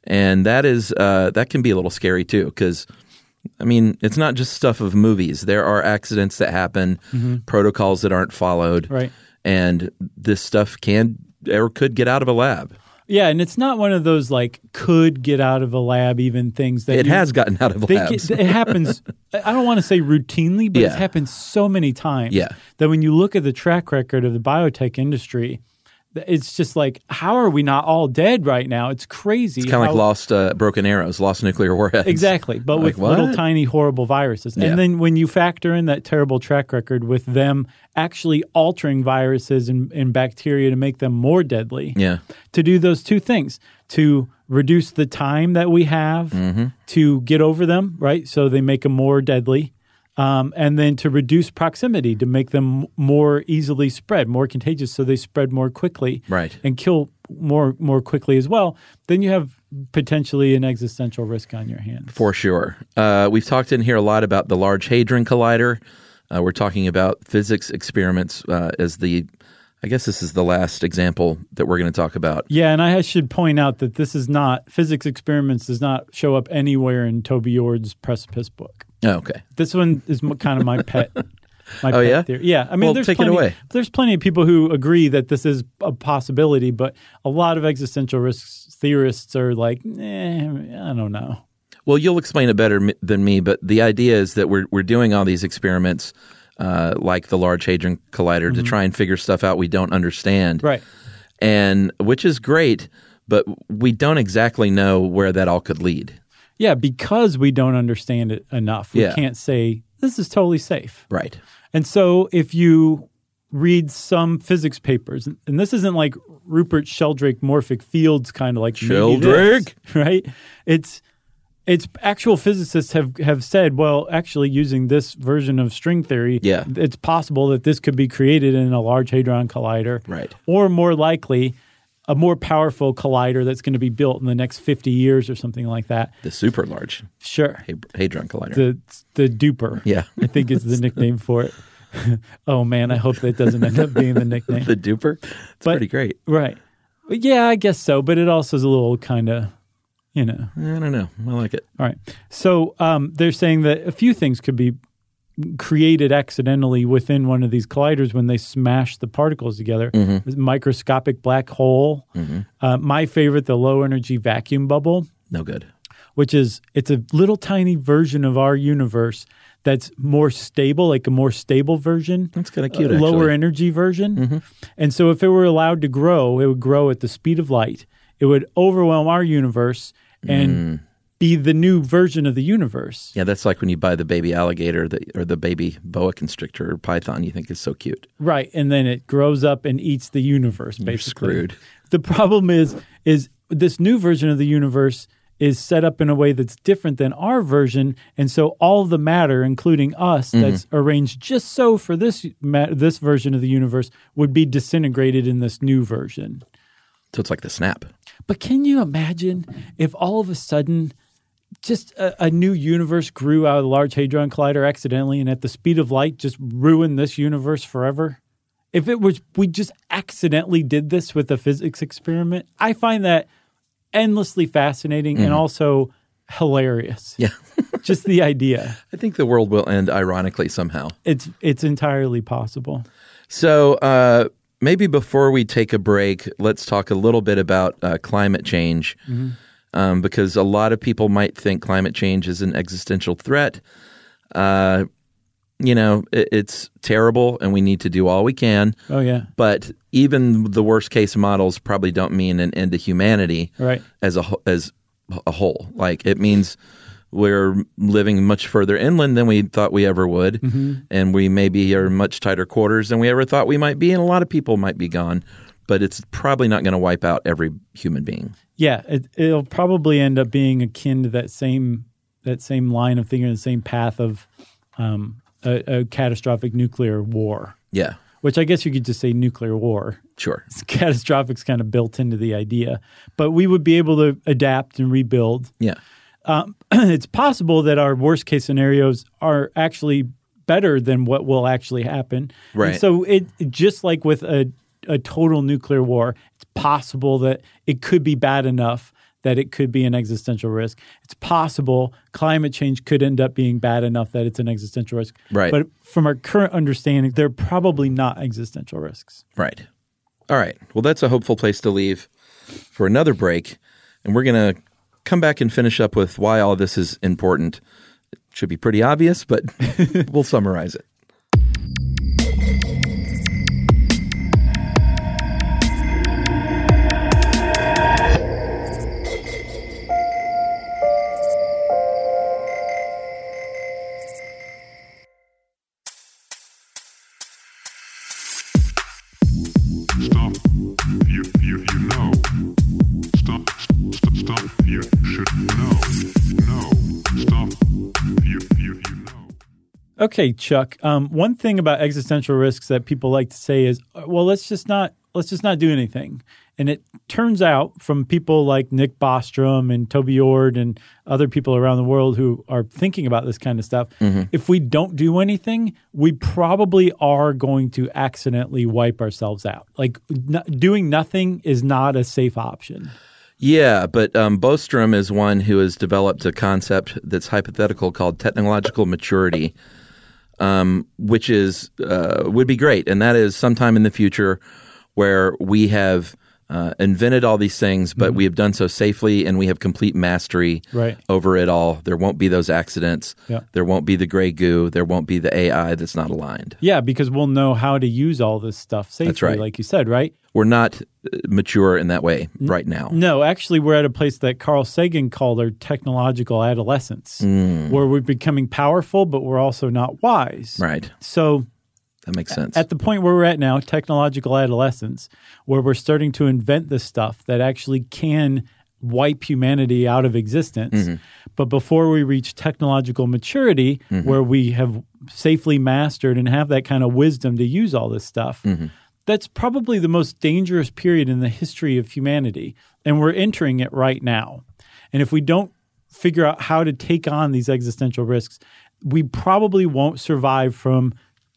Speaker 3: and that is uh, that can be a little scary too. Because I mean, it's not just stuff of movies. There are accidents that happen, protocols that aren't followed,
Speaker 1: Mm-hmm. Right.
Speaker 3: And this stuff can or could get out of a lab.
Speaker 1: Yeah, and it's not one of those like could get out of a lab even things that
Speaker 3: It
Speaker 1: you-
Speaker 3: has gotten out of
Speaker 1: They
Speaker 3: labs.
Speaker 1: get, it happens. I don't want to say routinely, but it's
Speaker 3: Yeah.
Speaker 1: happened so many times
Speaker 3: Yeah.
Speaker 1: that when you look at the track record of the biotech industry, th- it's just like, how are we not all dead right now? It's crazy.
Speaker 3: Kind of like
Speaker 1: how-
Speaker 3: lost uh, broken arrows, lost nuclear warheads.
Speaker 1: Exactly, but
Speaker 3: Like,
Speaker 1: with little
Speaker 3: what?
Speaker 1: tiny horrible viruses.
Speaker 3: Yeah.
Speaker 1: And then when you factor in that terrible track record with them actually altering viruses and, and bacteria to make them more deadly,
Speaker 3: Yeah.
Speaker 1: to do those two things to reduce the time that we have to get over them, right? So they make them more deadly. Um, and then to reduce proximity to make them more easily spread, more contagious, so they spread more quickly,
Speaker 3: Right.
Speaker 1: And kill more more quickly as well. Then you have potentially an existential risk on your hands.
Speaker 3: For sure. Uh, we've talked in here a lot about the Large Hadron Collider. Uh, we're talking about physics experiments uh, as the, I guess this is the last example that we're going to talk about.
Speaker 1: Yeah, and I should point out that this is not physics experiments does not show up anywhere in Toby Ord's precipice book.
Speaker 3: Oh, okay.
Speaker 1: This one is m- kind of my pet. My
Speaker 3: Oh,
Speaker 1: pet
Speaker 3: yeah?
Speaker 1: theory. Yeah. I mean,
Speaker 3: Well,
Speaker 1: there's
Speaker 3: take it
Speaker 1: plenty.
Speaker 3: away.
Speaker 1: There's plenty of people who agree that this is a possibility, but a lot of existential risks theorists are like, eh, I don't know.
Speaker 3: Well, you'll explain it better m- than me, but the idea is that we're we're doing all these experiments, uh, like the Large Hadron Collider, to try and figure stuff out we don't understand,
Speaker 1: Mm-hmm. Right.
Speaker 3: And which is great, but we don't exactly know where that all could lead,
Speaker 1: Yeah, because we don't understand it enough, we
Speaker 3: Yeah.
Speaker 1: can't say this is totally safe.
Speaker 3: right?
Speaker 1: And so if you read some physics papers, and this isn't like Rupert Sheldrake morphic fields kind of like maybe this,
Speaker 3: Sheldrake?
Speaker 1: right? It's it's actual physicists have have said, well, actually using this version of string theory,
Speaker 3: Yeah.
Speaker 1: it's possible that this could be created in a large hadron collider.
Speaker 3: Right.
Speaker 1: Or more likely a more powerful collider that's going to be built in the next 50 years or something like that.
Speaker 3: The super large
Speaker 1: Sure.
Speaker 3: Ha- Hadron Collider.
Speaker 1: The the duper.
Speaker 3: yeah,
Speaker 1: I think is the nickname for it. oh man, I hope that doesn't end up being the nickname.
Speaker 3: the duper. It's
Speaker 1: But-
Speaker 3: pretty great.
Speaker 1: right. But yeah, I guess so, but it also is a little kind of, you know.
Speaker 3: I don't know. I like it.
Speaker 1: All right. So um, they're saying that a few things could be created accidentally within one of these colliders when they smash the particles together. This Microscopic black hole. Uh, my favorite, the low energy vacuum bubble
Speaker 3: No good.
Speaker 1: which is it's a little tiny version of our universe that's more stable, like a more stable version.
Speaker 3: That's kinda cute,
Speaker 1: a lower
Speaker 3: actually. Mm-hmm.
Speaker 1: energy version. And so, if it were allowed to grow, it would grow at the speed of light. It would overwhelm our universe and
Speaker 3: Mm.
Speaker 1: be the new version of the universe.
Speaker 3: Yeah, that's like when you buy the baby alligator that, or the baby boa constrictor or python. You think is so cute.
Speaker 1: Right, and then it grows up and eats the universe. Basically,
Speaker 3: screwed.
Speaker 1: The problem is, is this new version of the universe is set up in a way that's different than our version, and so all the matter, including us, that's arranged just so for this ma- this version of the universe, would be disintegrated in this new version.
Speaker 3: So it's like the snap.
Speaker 1: But can you imagine if all of a sudden just a, a new universe grew out of the Large Hadron Collider accidentally and at the speed of light just ruined this universe forever? If it was, we just accidentally did this with a physics experiment. I find that endlessly fascinating and also hilarious.
Speaker 3: Yeah.
Speaker 1: just the idea.
Speaker 3: I think the world will end ironically somehow.
Speaker 1: It's it's entirely possible.
Speaker 3: So uh, maybe before we take a break, let's talk a little bit about uh, climate change, um, because a lot of people might think climate change is an existential threat. Uh, you know, it, it's terrible, and we need to do all we can.
Speaker 1: Oh yeah.
Speaker 3: But even the worst case models probably don't mean an end to humanity
Speaker 1: Right.
Speaker 3: as a wh- as a whole. Like it means we're living much further inland than we thought we ever would, and we maybe are in much tighter quarters than we ever thought we might be, and a lot of people might be gone. but it's probably not going to wipe out every human being.
Speaker 1: Yeah, it, it'll probably end up being akin to that same that same line of thinking, the same path of um, a, a catastrophic nuclear war.
Speaker 3: Yeah,
Speaker 1: Which I guess you could just say nuclear war.
Speaker 3: sure.
Speaker 1: Catastrophic's kind of built into the idea, but we would be able to adapt and rebuild.
Speaker 3: Yeah,
Speaker 1: it's possible that our worst case scenarios are actually better than what will actually happen. And
Speaker 3: Right.
Speaker 1: so it it- just like with a a total nuclear war, it's possible that it could be bad enough that it could be an existential risk. It's possible climate change could end up being bad enough that it's an existential risk.
Speaker 3: Right.
Speaker 1: But from our current understanding, they're probably not existential risks.
Speaker 3: right. All right. Well, that's a hopeful place to leave for another break, and we're going to come back and finish up with why all this is important. It should be pretty obvious, but we'll summarize it.
Speaker 4: Stop. You, you, you know. Stop. Stop. Stop. You should know. No. Stop. You, you, you know.
Speaker 1: Okay, Chuck. Um, one thing about existential risks that people like to say is, uh, "Well, let's just not let's just not do anything." And it turns out, from people like Nick Bostrom and Toby Ord and other people around the world who are thinking about this kind of stuff, if we don't do anything, we probably are going to accidentally wipe ourselves out. Like no, doing nothing is not a safe option.
Speaker 3: Yeah, but um, Bostrom is one who has developed a concept that's hypothetical called technological maturity, um, which is uh, would be great, and that is sometime in the future where we have uh, invented all these things, but we have done so safely and we have complete mastery
Speaker 1: Mm-hmm. Right.
Speaker 3: over it all. There won't be those accidents.
Speaker 1: Yeah.
Speaker 3: There won't be the gray goo. There won't be the AI that's not aligned.
Speaker 1: Yeah, because we'll know how to use all this stuff safely,
Speaker 3: right.
Speaker 1: like you said, right?
Speaker 3: We're not uh, mature in that way right now.
Speaker 1: No, actually, we're at a place that Carl Sagan called our technological adolescence, where we're becoming powerful, but we're also not wise.
Speaker 3: Right.
Speaker 1: So,
Speaker 3: That makes sense.
Speaker 1: at the point where we're at now, technological adolescence, where we're starting to invent this stuff that actually can wipe humanity out of existence. But before we reach technological maturity, where we have safely mastered and have that kind of wisdom to use all this stuff, that's probably the most dangerous period in the history of humanity. And we're entering it right now. And if we don't figure out how to take on these existential risks, we probably won't survive from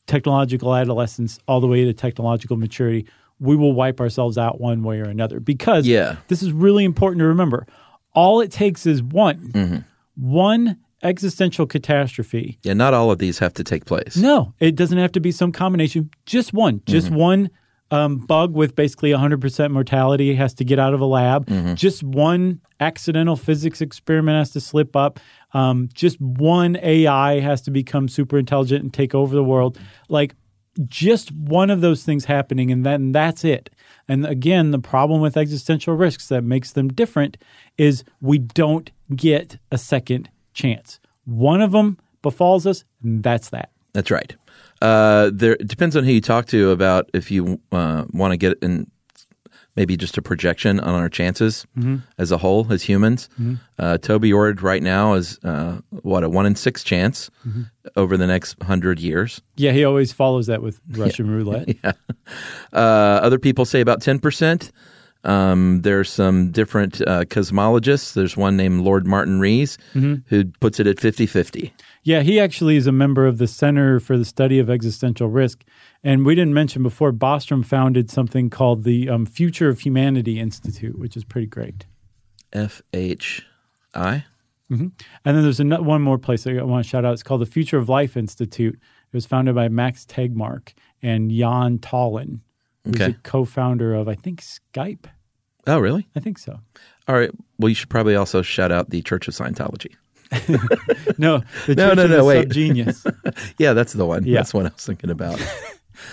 Speaker 1: technological adolescence all the way to technological maturity. We will wipe ourselves out one way or another because
Speaker 3: Yeah.
Speaker 1: this is really important to remember. All it takes is one, one existential catastrophe.
Speaker 3: yeah, not all of these have to take place.
Speaker 1: No, it doesn't have to be some combination. Just one, just one um, bug with basically 100% mortality has to get out of a lab. Just one accidental physics experiment has to slip up. Um, just one AI has to become super intelligent and take over the world. Like just one of those things happening, and then that's it. And again, the problem with existential risks that makes them different is we don't get a second chance. One of them befalls us, and that's that.
Speaker 3: That's right. Uh, there it depends on who you talk to about if you uh, want to get in maybe just a projection on our chances as a whole as humans. Uh, Toby Ord right now is uh, what a one in six chance over the next hundred years.
Speaker 1: Yeah, he always follows that with Russian roulette.
Speaker 3: Uh, other people say about ten percent. Um, there's some different uh, cosmologists. There's one named Lord Martin Rees who puts it at 50-50.
Speaker 1: Yeah, he actually is a member of the Center for the Study of Existential Risk. And we didn't mention before, Bostrom founded something called the um, Future of Humanity Institute, which is pretty great.
Speaker 3: FHI.
Speaker 1: And then there's ano- one more place I want to shout out. It's called the Future of Life Institute. It was founded by Max Tegmark and Jan Tallinn, who's
Speaker 3: Okay.
Speaker 1: a co-founder of, I think, Skype.
Speaker 3: Oh, really?
Speaker 1: I think so.
Speaker 3: All right. Well, you should probably also shout out the Church of Scientology.
Speaker 1: No, the
Speaker 3: No,
Speaker 1: Church
Speaker 3: no,
Speaker 1: of
Speaker 3: no,
Speaker 1: the
Speaker 3: wait.
Speaker 1: Subgenius.
Speaker 3: Yeah, that's the one.
Speaker 1: Yeah.
Speaker 3: That's what I was thinking about.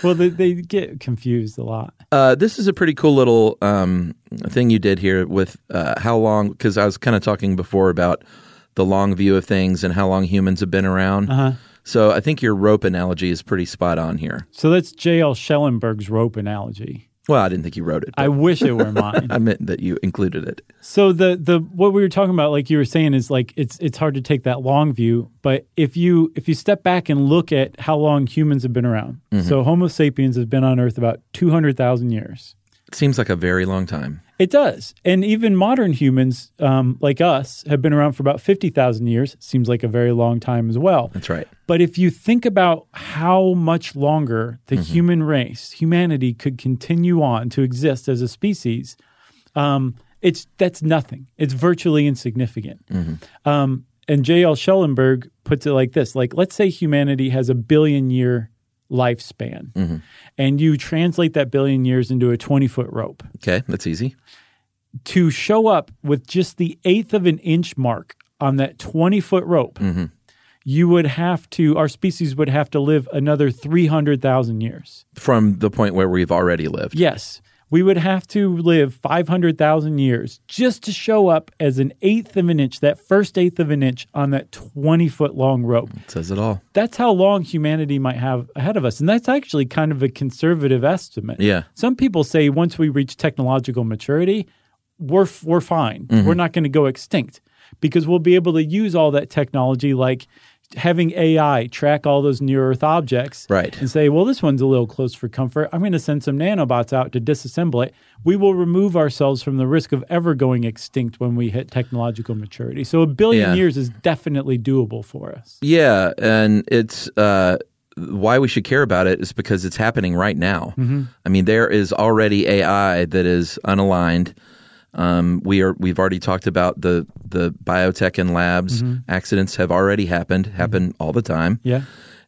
Speaker 1: well, they, they get confused a lot.
Speaker 3: uh, this is a pretty cool little um, thing you did here with uh, how long, because I was kind of talking before about the long view of things and how long humans have been around. So I think your rope analogy is pretty spot on here.
Speaker 1: So that's J.L. Schellenberg's rope analogy.
Speaker 3: Well, I didn't think you wrote it.
Speaker 1: I
Speaker 3: but
Speaker 1: wish it were mine.
Speaker 3: I meant that you included it.
Speaker 1: So the the what we were talking about, like you were saying, is like it's it's hard to take that long view. But if you if you step back and look at how long humans have been around, so Homo sapiens has been on Earth about two hundred thousand years.
Speaker 3: It seems like a very long time.
Speaker 1: It does, and even modern humans um, like us have been around for about fifty thousand years. Seems like a very long time as well.
Speaker 3: That's right.
Speaker 1: But if you think about how much longer the human race, humanity, could continue on to exist as a species, um, it's that's nothing. It's virtually insignificant. Um, and J.L. Schellenberg puts it like this: like let's say humanity has a billion year lifespan, and you translate that billion years into a twenty foot rope
Speaker 3: Okay, that's easy.
Speaker 1: to show up with just the eighth of an inch mark on that 20 foot rope, you would have to, our species would have to live another 300,000 years.
Speaker 3: From the point where we've already lived.
Speaker 1: Yes, we would have to live 500,000 years just to show up as an eighth of an inch, that first eighth of an inch on that 20 foot long rope.
Speaker 3: Says it all.
Speaker 1: That's how long humanity might have ahead of us. And that's actually kind of a conservative estimate.
Speaker 3: Yeah.
Speaker 1: Some people say once we reach technological maturity, we're we're fine.
Speaker 3: Mm-hmm.
Speaker 1: We're not going to go extinct because we'll be able to use all that technology, like having AI track all those near Earth objects,
Speaker 3: Right.
Speaker 1: and say, well, this one's a little close for comfort. I'm going to send some nanobots out to disassemble it. We will remove ourselves from the risk of ever going extinct when we hit technological maturity. So a billion
Speaker 3: Yeah.
Speaker 1: years is definitely doable for us.
Speaker 3: Yeah, and it's uh, why we should care about it is because it's happening right now. I mean, there is already AI that is unaligned. Um, we are we've already talked about the the biotech and labs accidents have already happened, happen all the time.
Speaker 1: Yeah.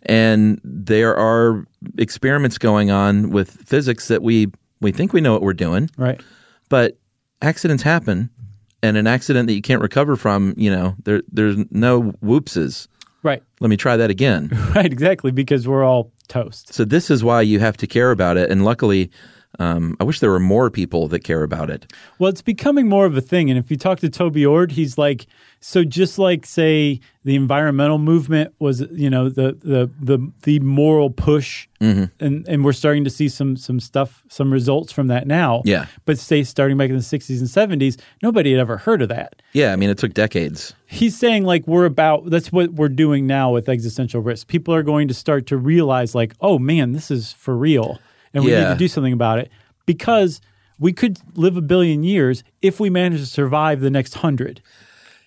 Speaker 3: and there are experiments going on with physics that we we think we know what we're doing,
Speaker 1: Right.
Speaker 3: but accidents happen. And an accident that you can't recover from, you know, there there's no whoopses.
Speaker 1: Right.
Speaker 3: Let me try that again.
Speaker 1: Right. Exactly. Because we're all toast.
Speaker 3: So this is why you have to care about it. And luckily, um, I wish there were more people that care about it.
Speaker 1: Well, it's becoming more of a thing. And if you talk to Toby Ord, he's like, so just like say the environmental movement was, you know, the the the the moral push, and and we're starting to see some some stuff, some results from that now.
Speaker 3: Yeah.
Speaker 1: But say starting back in the '60s and '70s, nobody had ever heard of that.
Speaker 3: Yeah, I mean, it took decades.
Speaker 1: He's saying like we're about that's what we're doing now with existential risk. People are going to start to realize like, oh man, this is for real, and we need
Speaker 3: Yeah.
Speaker 1: to do something about it because we could live a billion years if we manage to survive the next hundred,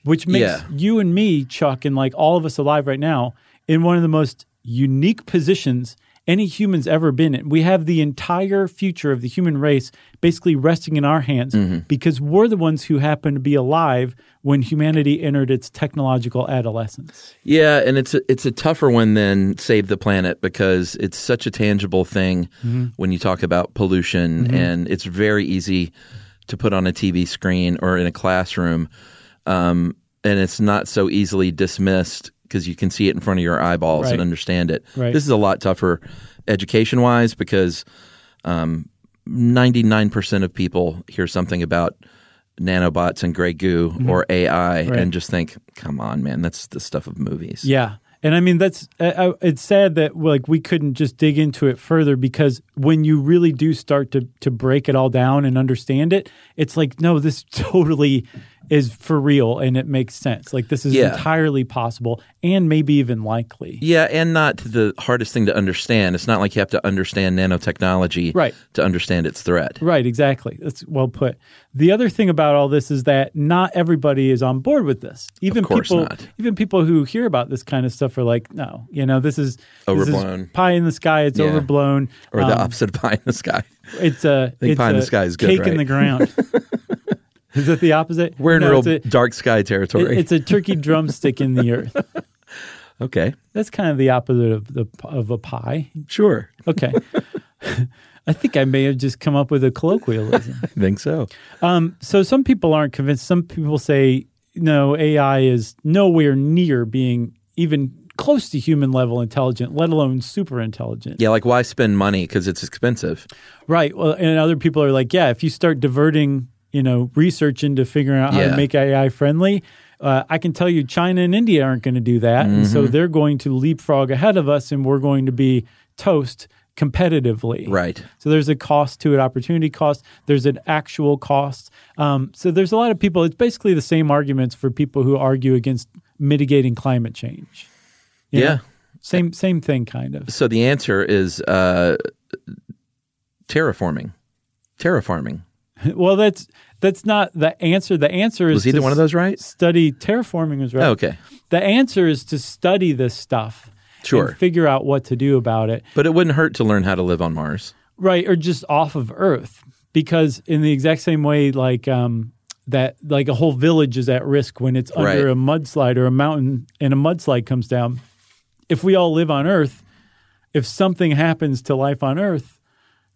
Speaker 1: which makes
Speaker 3: Yeah.
Speaker 1: you and me, Chuck, and like all of us alive right now in one of the most unique positions any human's ever been in. We have the entire future of the human race basically resting in our hands because we're the ones who happen to be alive when humanity entered its technological adolescence.
Speaker 3: Yeah, and it's a, it's a tougher one than save the planet because it's such a tangible thing
Speaker 1: Mm-hmm.
Speaker 3: when you talk about pollution, and it's very easy to put on a TV screen or in a classroom, um, and it's not so easily dismissed because you can see it in front of your eyeballs
Speaker 1: Right.
Speaker 3: and understand it.
Speaker 1: Right.
Speaker 3: This is a lot tougher education wise because ninety nine percent of people hear something about nanobots and gray goo
Speaker 1: Mm-hmm.
Speaker 3: or AI and just think, "Come on, man, that's the stuff of movies."
Speaker 1: Yeah. And I mean, that's uh, it's sad that like we couldn't just dig into it further because when you really do start to to break it all down and understand it, it's like no, this totally is for real and it makes sense. Like this is
Speaker 3: Yeah.
Speaker 1: entirely possible and maybe even likely.
Speaker 3: Yeah, and not the hardest thing to understand. It's not like you have to understand nanotechnology
Speaker 1: Right.
Speaker 3: to understand its threat.
Speaker 1: Right, exactly. That's well put. The other thing about all this is that not everybody is on board with this. Even
Speaker 3: course
Speaker 1: people,
Speaker 3: not.
Speaker 1: even people who hear about this kind of stuff are like, no, you know, this is this is
Speaker 3: Overblown.
Speaker 1: pie in the sky. It's
Speaker 3: Yeah.
Speaker 1: overblown.
Speaker 3: Or
Speaker 1: Um,
Speaker 3: the opposite of pie in the sky.
Speaker 1: It's a
Speaker 3: think
Speaker 1: it's
Speaker 3: pie in the
Speaker 1: a
Speaker 3: sky is good,
Speaker 1: Cake in
Speaker 3: right?
Speaker 1: the ground. is it the opposite?
Speaker 3: We're in
Speaker 1: No,
Speaker 3: real
Speaker 1: It's a, it-
Speaker 3: dark sky territory.
Speaker 1: it's a turkey drumstick in the earth.
Speaker 3: okay,
Speaker 1: That's kind of the opposite of the of a pie.
Speaker 3: sure.
Speaker 1: Okay. I think I may have just come up with a colloquialism. Um,
Speaker 3: I think so.
Speaker 1: so some people aren't convinced. Some people say no, AI is nowhere near being even close to human level intelligent, let alone super intelligent.
Speaker 3: Yeah, like why spend money because it's expensive?
Speaker 1: Right. Well, and other people are like, yeah, if you start diverting, you know, research into figuring out how
Speaker 3: Yeah.
Speaker 1: to make AI friendly, uh, I can tell you China and India
Speaker 3: Mm-hmm.
Speaker 1: aren't going to do that. And so they're going to leapfrog ahead of us and we're going to be toast competitively.
Speaker 3: Right.
Speaker 1: So there's a cost to it, opportunity cost. There's an actual cost. Um, so there's a lot of people. It's basically the same arguments for people who argue against mitigating climate change. You know?
Speaker 3: Yeah.
Speaker 1: Same same thing, kind of.
Speaker 3: So the answer is uh, terraforming. Terraforming.
Speaker 1: well, that's that's not the answer. The answer is
Speaker 3: Was either
Speaker 1: to
Speaker 3: one of those right?
Speaker 1: Study terraforming is right.
Speaker 3: Oh, okay.
Speaker 1: The answer is to study this stuff.
Speaker 3: Sure.
Speaker 1: And figure out what to do about it.
Speaker 3: But it wouldn't hurt to learn how to live on Mars.
Speaker 1: right or just off of earth because in the exact same way like um that like a whole village is at risk when it's under
Speaker 3: Right.
Speaker 1: a mudslide or a mountain and a mudslide comes down if we all live on earth if something happens to life on earth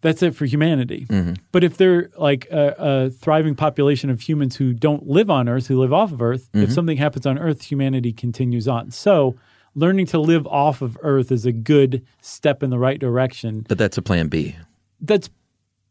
Speaker 1: that's it for humanity but if they're like a, a thriving population of humans who don't live on earth who live off of earth if something happens on earth humanity continues on so learning to live off of earth is a good step in the right direction
Speaker 3: But that's a plan B.
Speaker 1: that's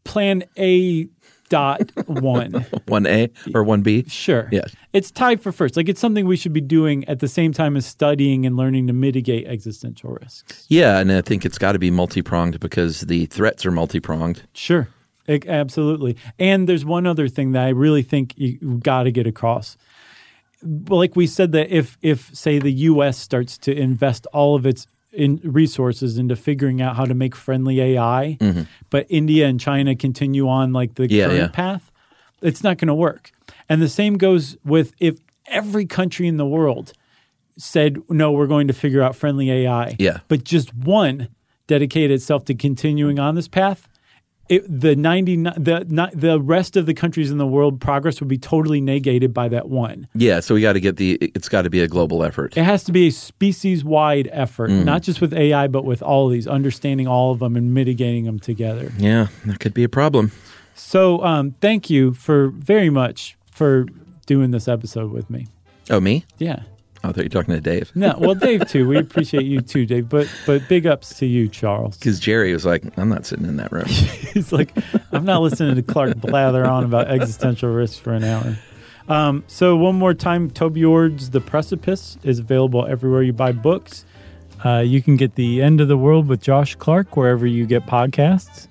Speaker 1: plan A dot one.
Speaker 3: One A or one B?
Speaker 1: Sure.
Speaker 3: Yes.
Speaker 1: It's tied for first. Like it's something we should be doing at the same time as studying and learning to mitigate existential risks.
Speaker 3: Yeah, and I think it's got to be multi pronged because the threats are multi pronged.
Speaker 1: Sure. Ec- absolutely. And there's one other thing that I really think you got to get across. Well, like we said that if if say the US starts to invest all of its in resources into figuring out how to make friendly AI, but India and China continue on like the
Speaker 3: Mm-hmm. Yeah,
Speaker 1: current
Speaker 3: yeah.
Speaker 1: path, it's not going to work. And the same goes with if every country in the world said, no, we're going to figure out friendly AI,
Speaker 3: Yeah.
Speaker 1: but just one dedicated itself to continuing on this path, it, the 99, the, not, the rest of the countries in the world progress would be totally negated by that one.
Speaker 3: Yeah, so we got to get the, it's got to be a global effort.
Speaker 1: It has to be a species wide effort, not just with AI, but with all of these, understanding all of them and mitigating them together.
Speaker 3: Yeah, that could be a problem.
Speaker 1: So, um, thank you for very much for doing this episode with me.
Speaker 3: Oh, me?
Speaker 1: Yeah.
Speaker 3: Oh, I thought you were talking to Dave.
Speaker 1: No, well, Dave too. We appreciate you too, Dave. But but big ups to you, Charles.
Speaker 3: Because Jerry was like, I'm not sitting in that room.
Speaker 1: He's like, I'm not listening to Clark blather on about existential risks for an hour. Um, so one more time, Tobiord's The Precipice is available everywhere you buy books. Uh, you can get The End of the World with Josh Clark wherever you get podcasts.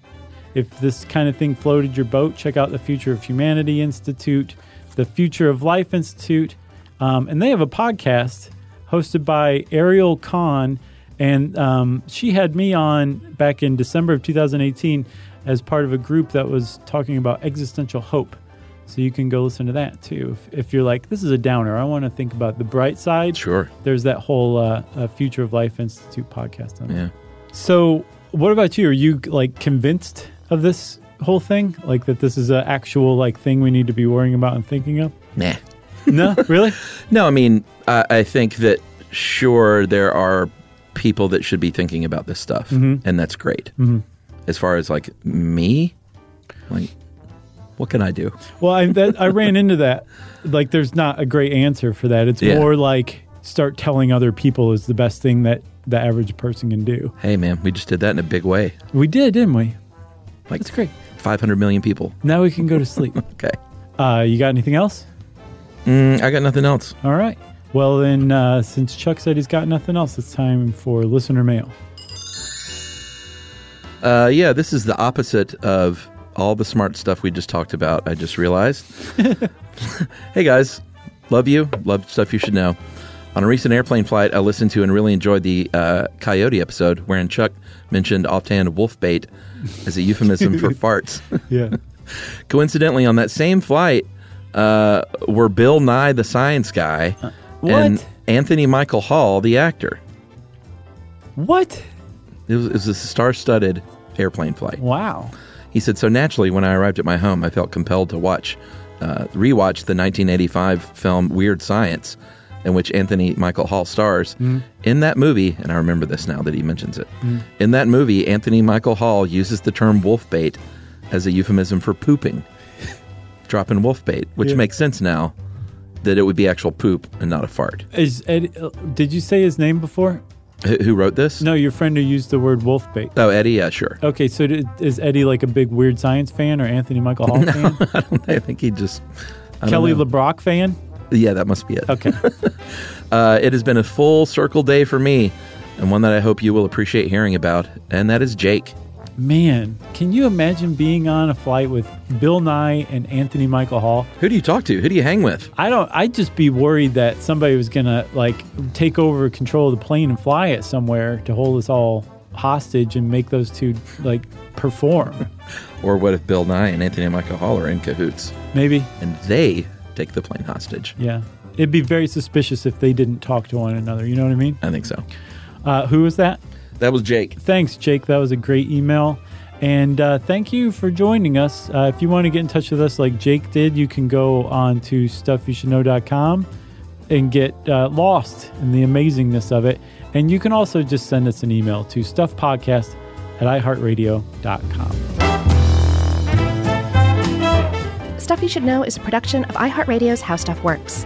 Speaker 1: If this kind of thing floated your boat, check out the Future of Humanity Institute, the Future of Life Institute, um, and they have a podcast hosted by Ariel Kahn. And um, she had me on back in December of 2018 as part of a group that was talking about existential hope. So you can go listen to that too. If, if you're like, this is a downer, I want to think about the bright side.
Speaker 3: Sure.
Speaker 1: There's that whole uh, uh, Future of Life Institute podcast on there.
Speaker 3: Yeah.
Speaker 1: So, what about you? Are you like convinced of this whole thing? Like that this is an actual like thing we need to be worrying about and thinking of?
Speaker 3: Nah.
Speaker 1: No, really?
Speaker 3: No, I mean, I, I think that sure there are people that should be thinking about this stuff, and that's great. As far as like me, like what can I do?
Speaker 1: Well, I that, I ran into that. Like, there's not a great answer for that. It's
Speaker 3: Yeah.
Speaker 1: more like start telling other people is the best thing that the average person can do.
Speaker 3: Hey, man, we just did that in a big way.
Speaker 1: We did, didn't we?
Speaker 3: Like
Speaker 1: That's great.
Speaker 3: 500 million people.
Speaker 1: Now we can go to sleep.
Speaker 3: Okay.
Speaker 1: Uh, you got anything else?
Speaker 3: Mm, I got nothing else.
Speaker 1: All right. Well, then, uh, since Chuck said he's got nothing else, it's time for listener mail.
Speaker 3: Uh, yeah, this is the opposite of all the smart stuff we just talked about. I just realized. hey guys, love you. Love stuff you should know. On a recent airplane flight, I listened to and really enjoyed the uh, coyote episode, wherein Chuck mentioned offhand wolf bait as a euphemism for farts.
Speaker 1: Yeah.
Speaker 3: Coincidentally, on that same flight, uh, were Bill Nye the science guy and
Speaker 1: what?
Speaker 3: Anthony Michael Hall the actor.
Speaker 1: what?
Speaker 3: It was, it was a star-studded airplane flight.
Speaker 1: Wow.
Speaker 3: He said, "So naturally, when I arrived at my home, I felt compelled to watch, uh, rewatch the 1985 film Weird Science, in which Anthony Michael Hall stars.
Speaker 1: Mm-hmm.
Speaker 3: In that movie, and I remember this now that he mentions it. In that movie, Anthony Michael Hall uses the term wolf bait as a euphemism for pooping, dropping wolf bait, which
Speaker 1: Yeah.
Speaker 3: makes sense now that it would be actual poop and not a fart.
Speaker 1: Is Ed, uh, did you say his name before?
Speaker 3: Wh- who wrote this?
Speaker 1: No, your friend who used the word wolf bait.
Speaker 3: Oh, Eddie. Yeah, sure.
Speaker 1: Okay, so did, is Eddie like a big weird science fan or Anthony Michael Hall fan?
Speaker 3: I think he just I don't
Speaker 1: Kelly
Speaker 3: know.
Speaker 1: LeBrock fan?
Speaker 3: yeah, that must be it.
Speaker 1: Okay.
Speaker 3: Uh, it has been a full circle day for me, and one that I hope you will appreciate hearing about, and that is Jake.
Speaker 1: Man, can you imagine being on a flight with Bill Nye and Anthony Michael Hall?
Speaker 3: Who do you talk to? Who do you hang with?
Speaker 1: I don't. I'd just be worried that somebody was gonna like take over control of the plane and fly it somewhere to hold us all hostage and make those two like perform.
Speaker 3: Or what if Bill Nye and Anthony Michael Hall are in cahoots
Speaker 1: Maybe.
Speaker 3: and they take the plane hostage?
Speaker 1: Yeah. It'd be very suspicious if they didn't talk to one another. You know what I mean?
Speaker 3: I think so.
Speaker 1: Uh, who was that?
Speaker 3: That was Jake.
Speaker 1: Thanks, Jake. That was a great email. And uh, thank you for joining us. Uh, if you want to get in touch with us like Jake did, you can go on to stuffyoushouldknow.com and get uh, lost in the amazingness of it. And you can also just send us an email to stuffpodcast at iheartradio.com.
Speaker 2: Stuff You Should Know is a production of iHeartRadio's How Stuff Works.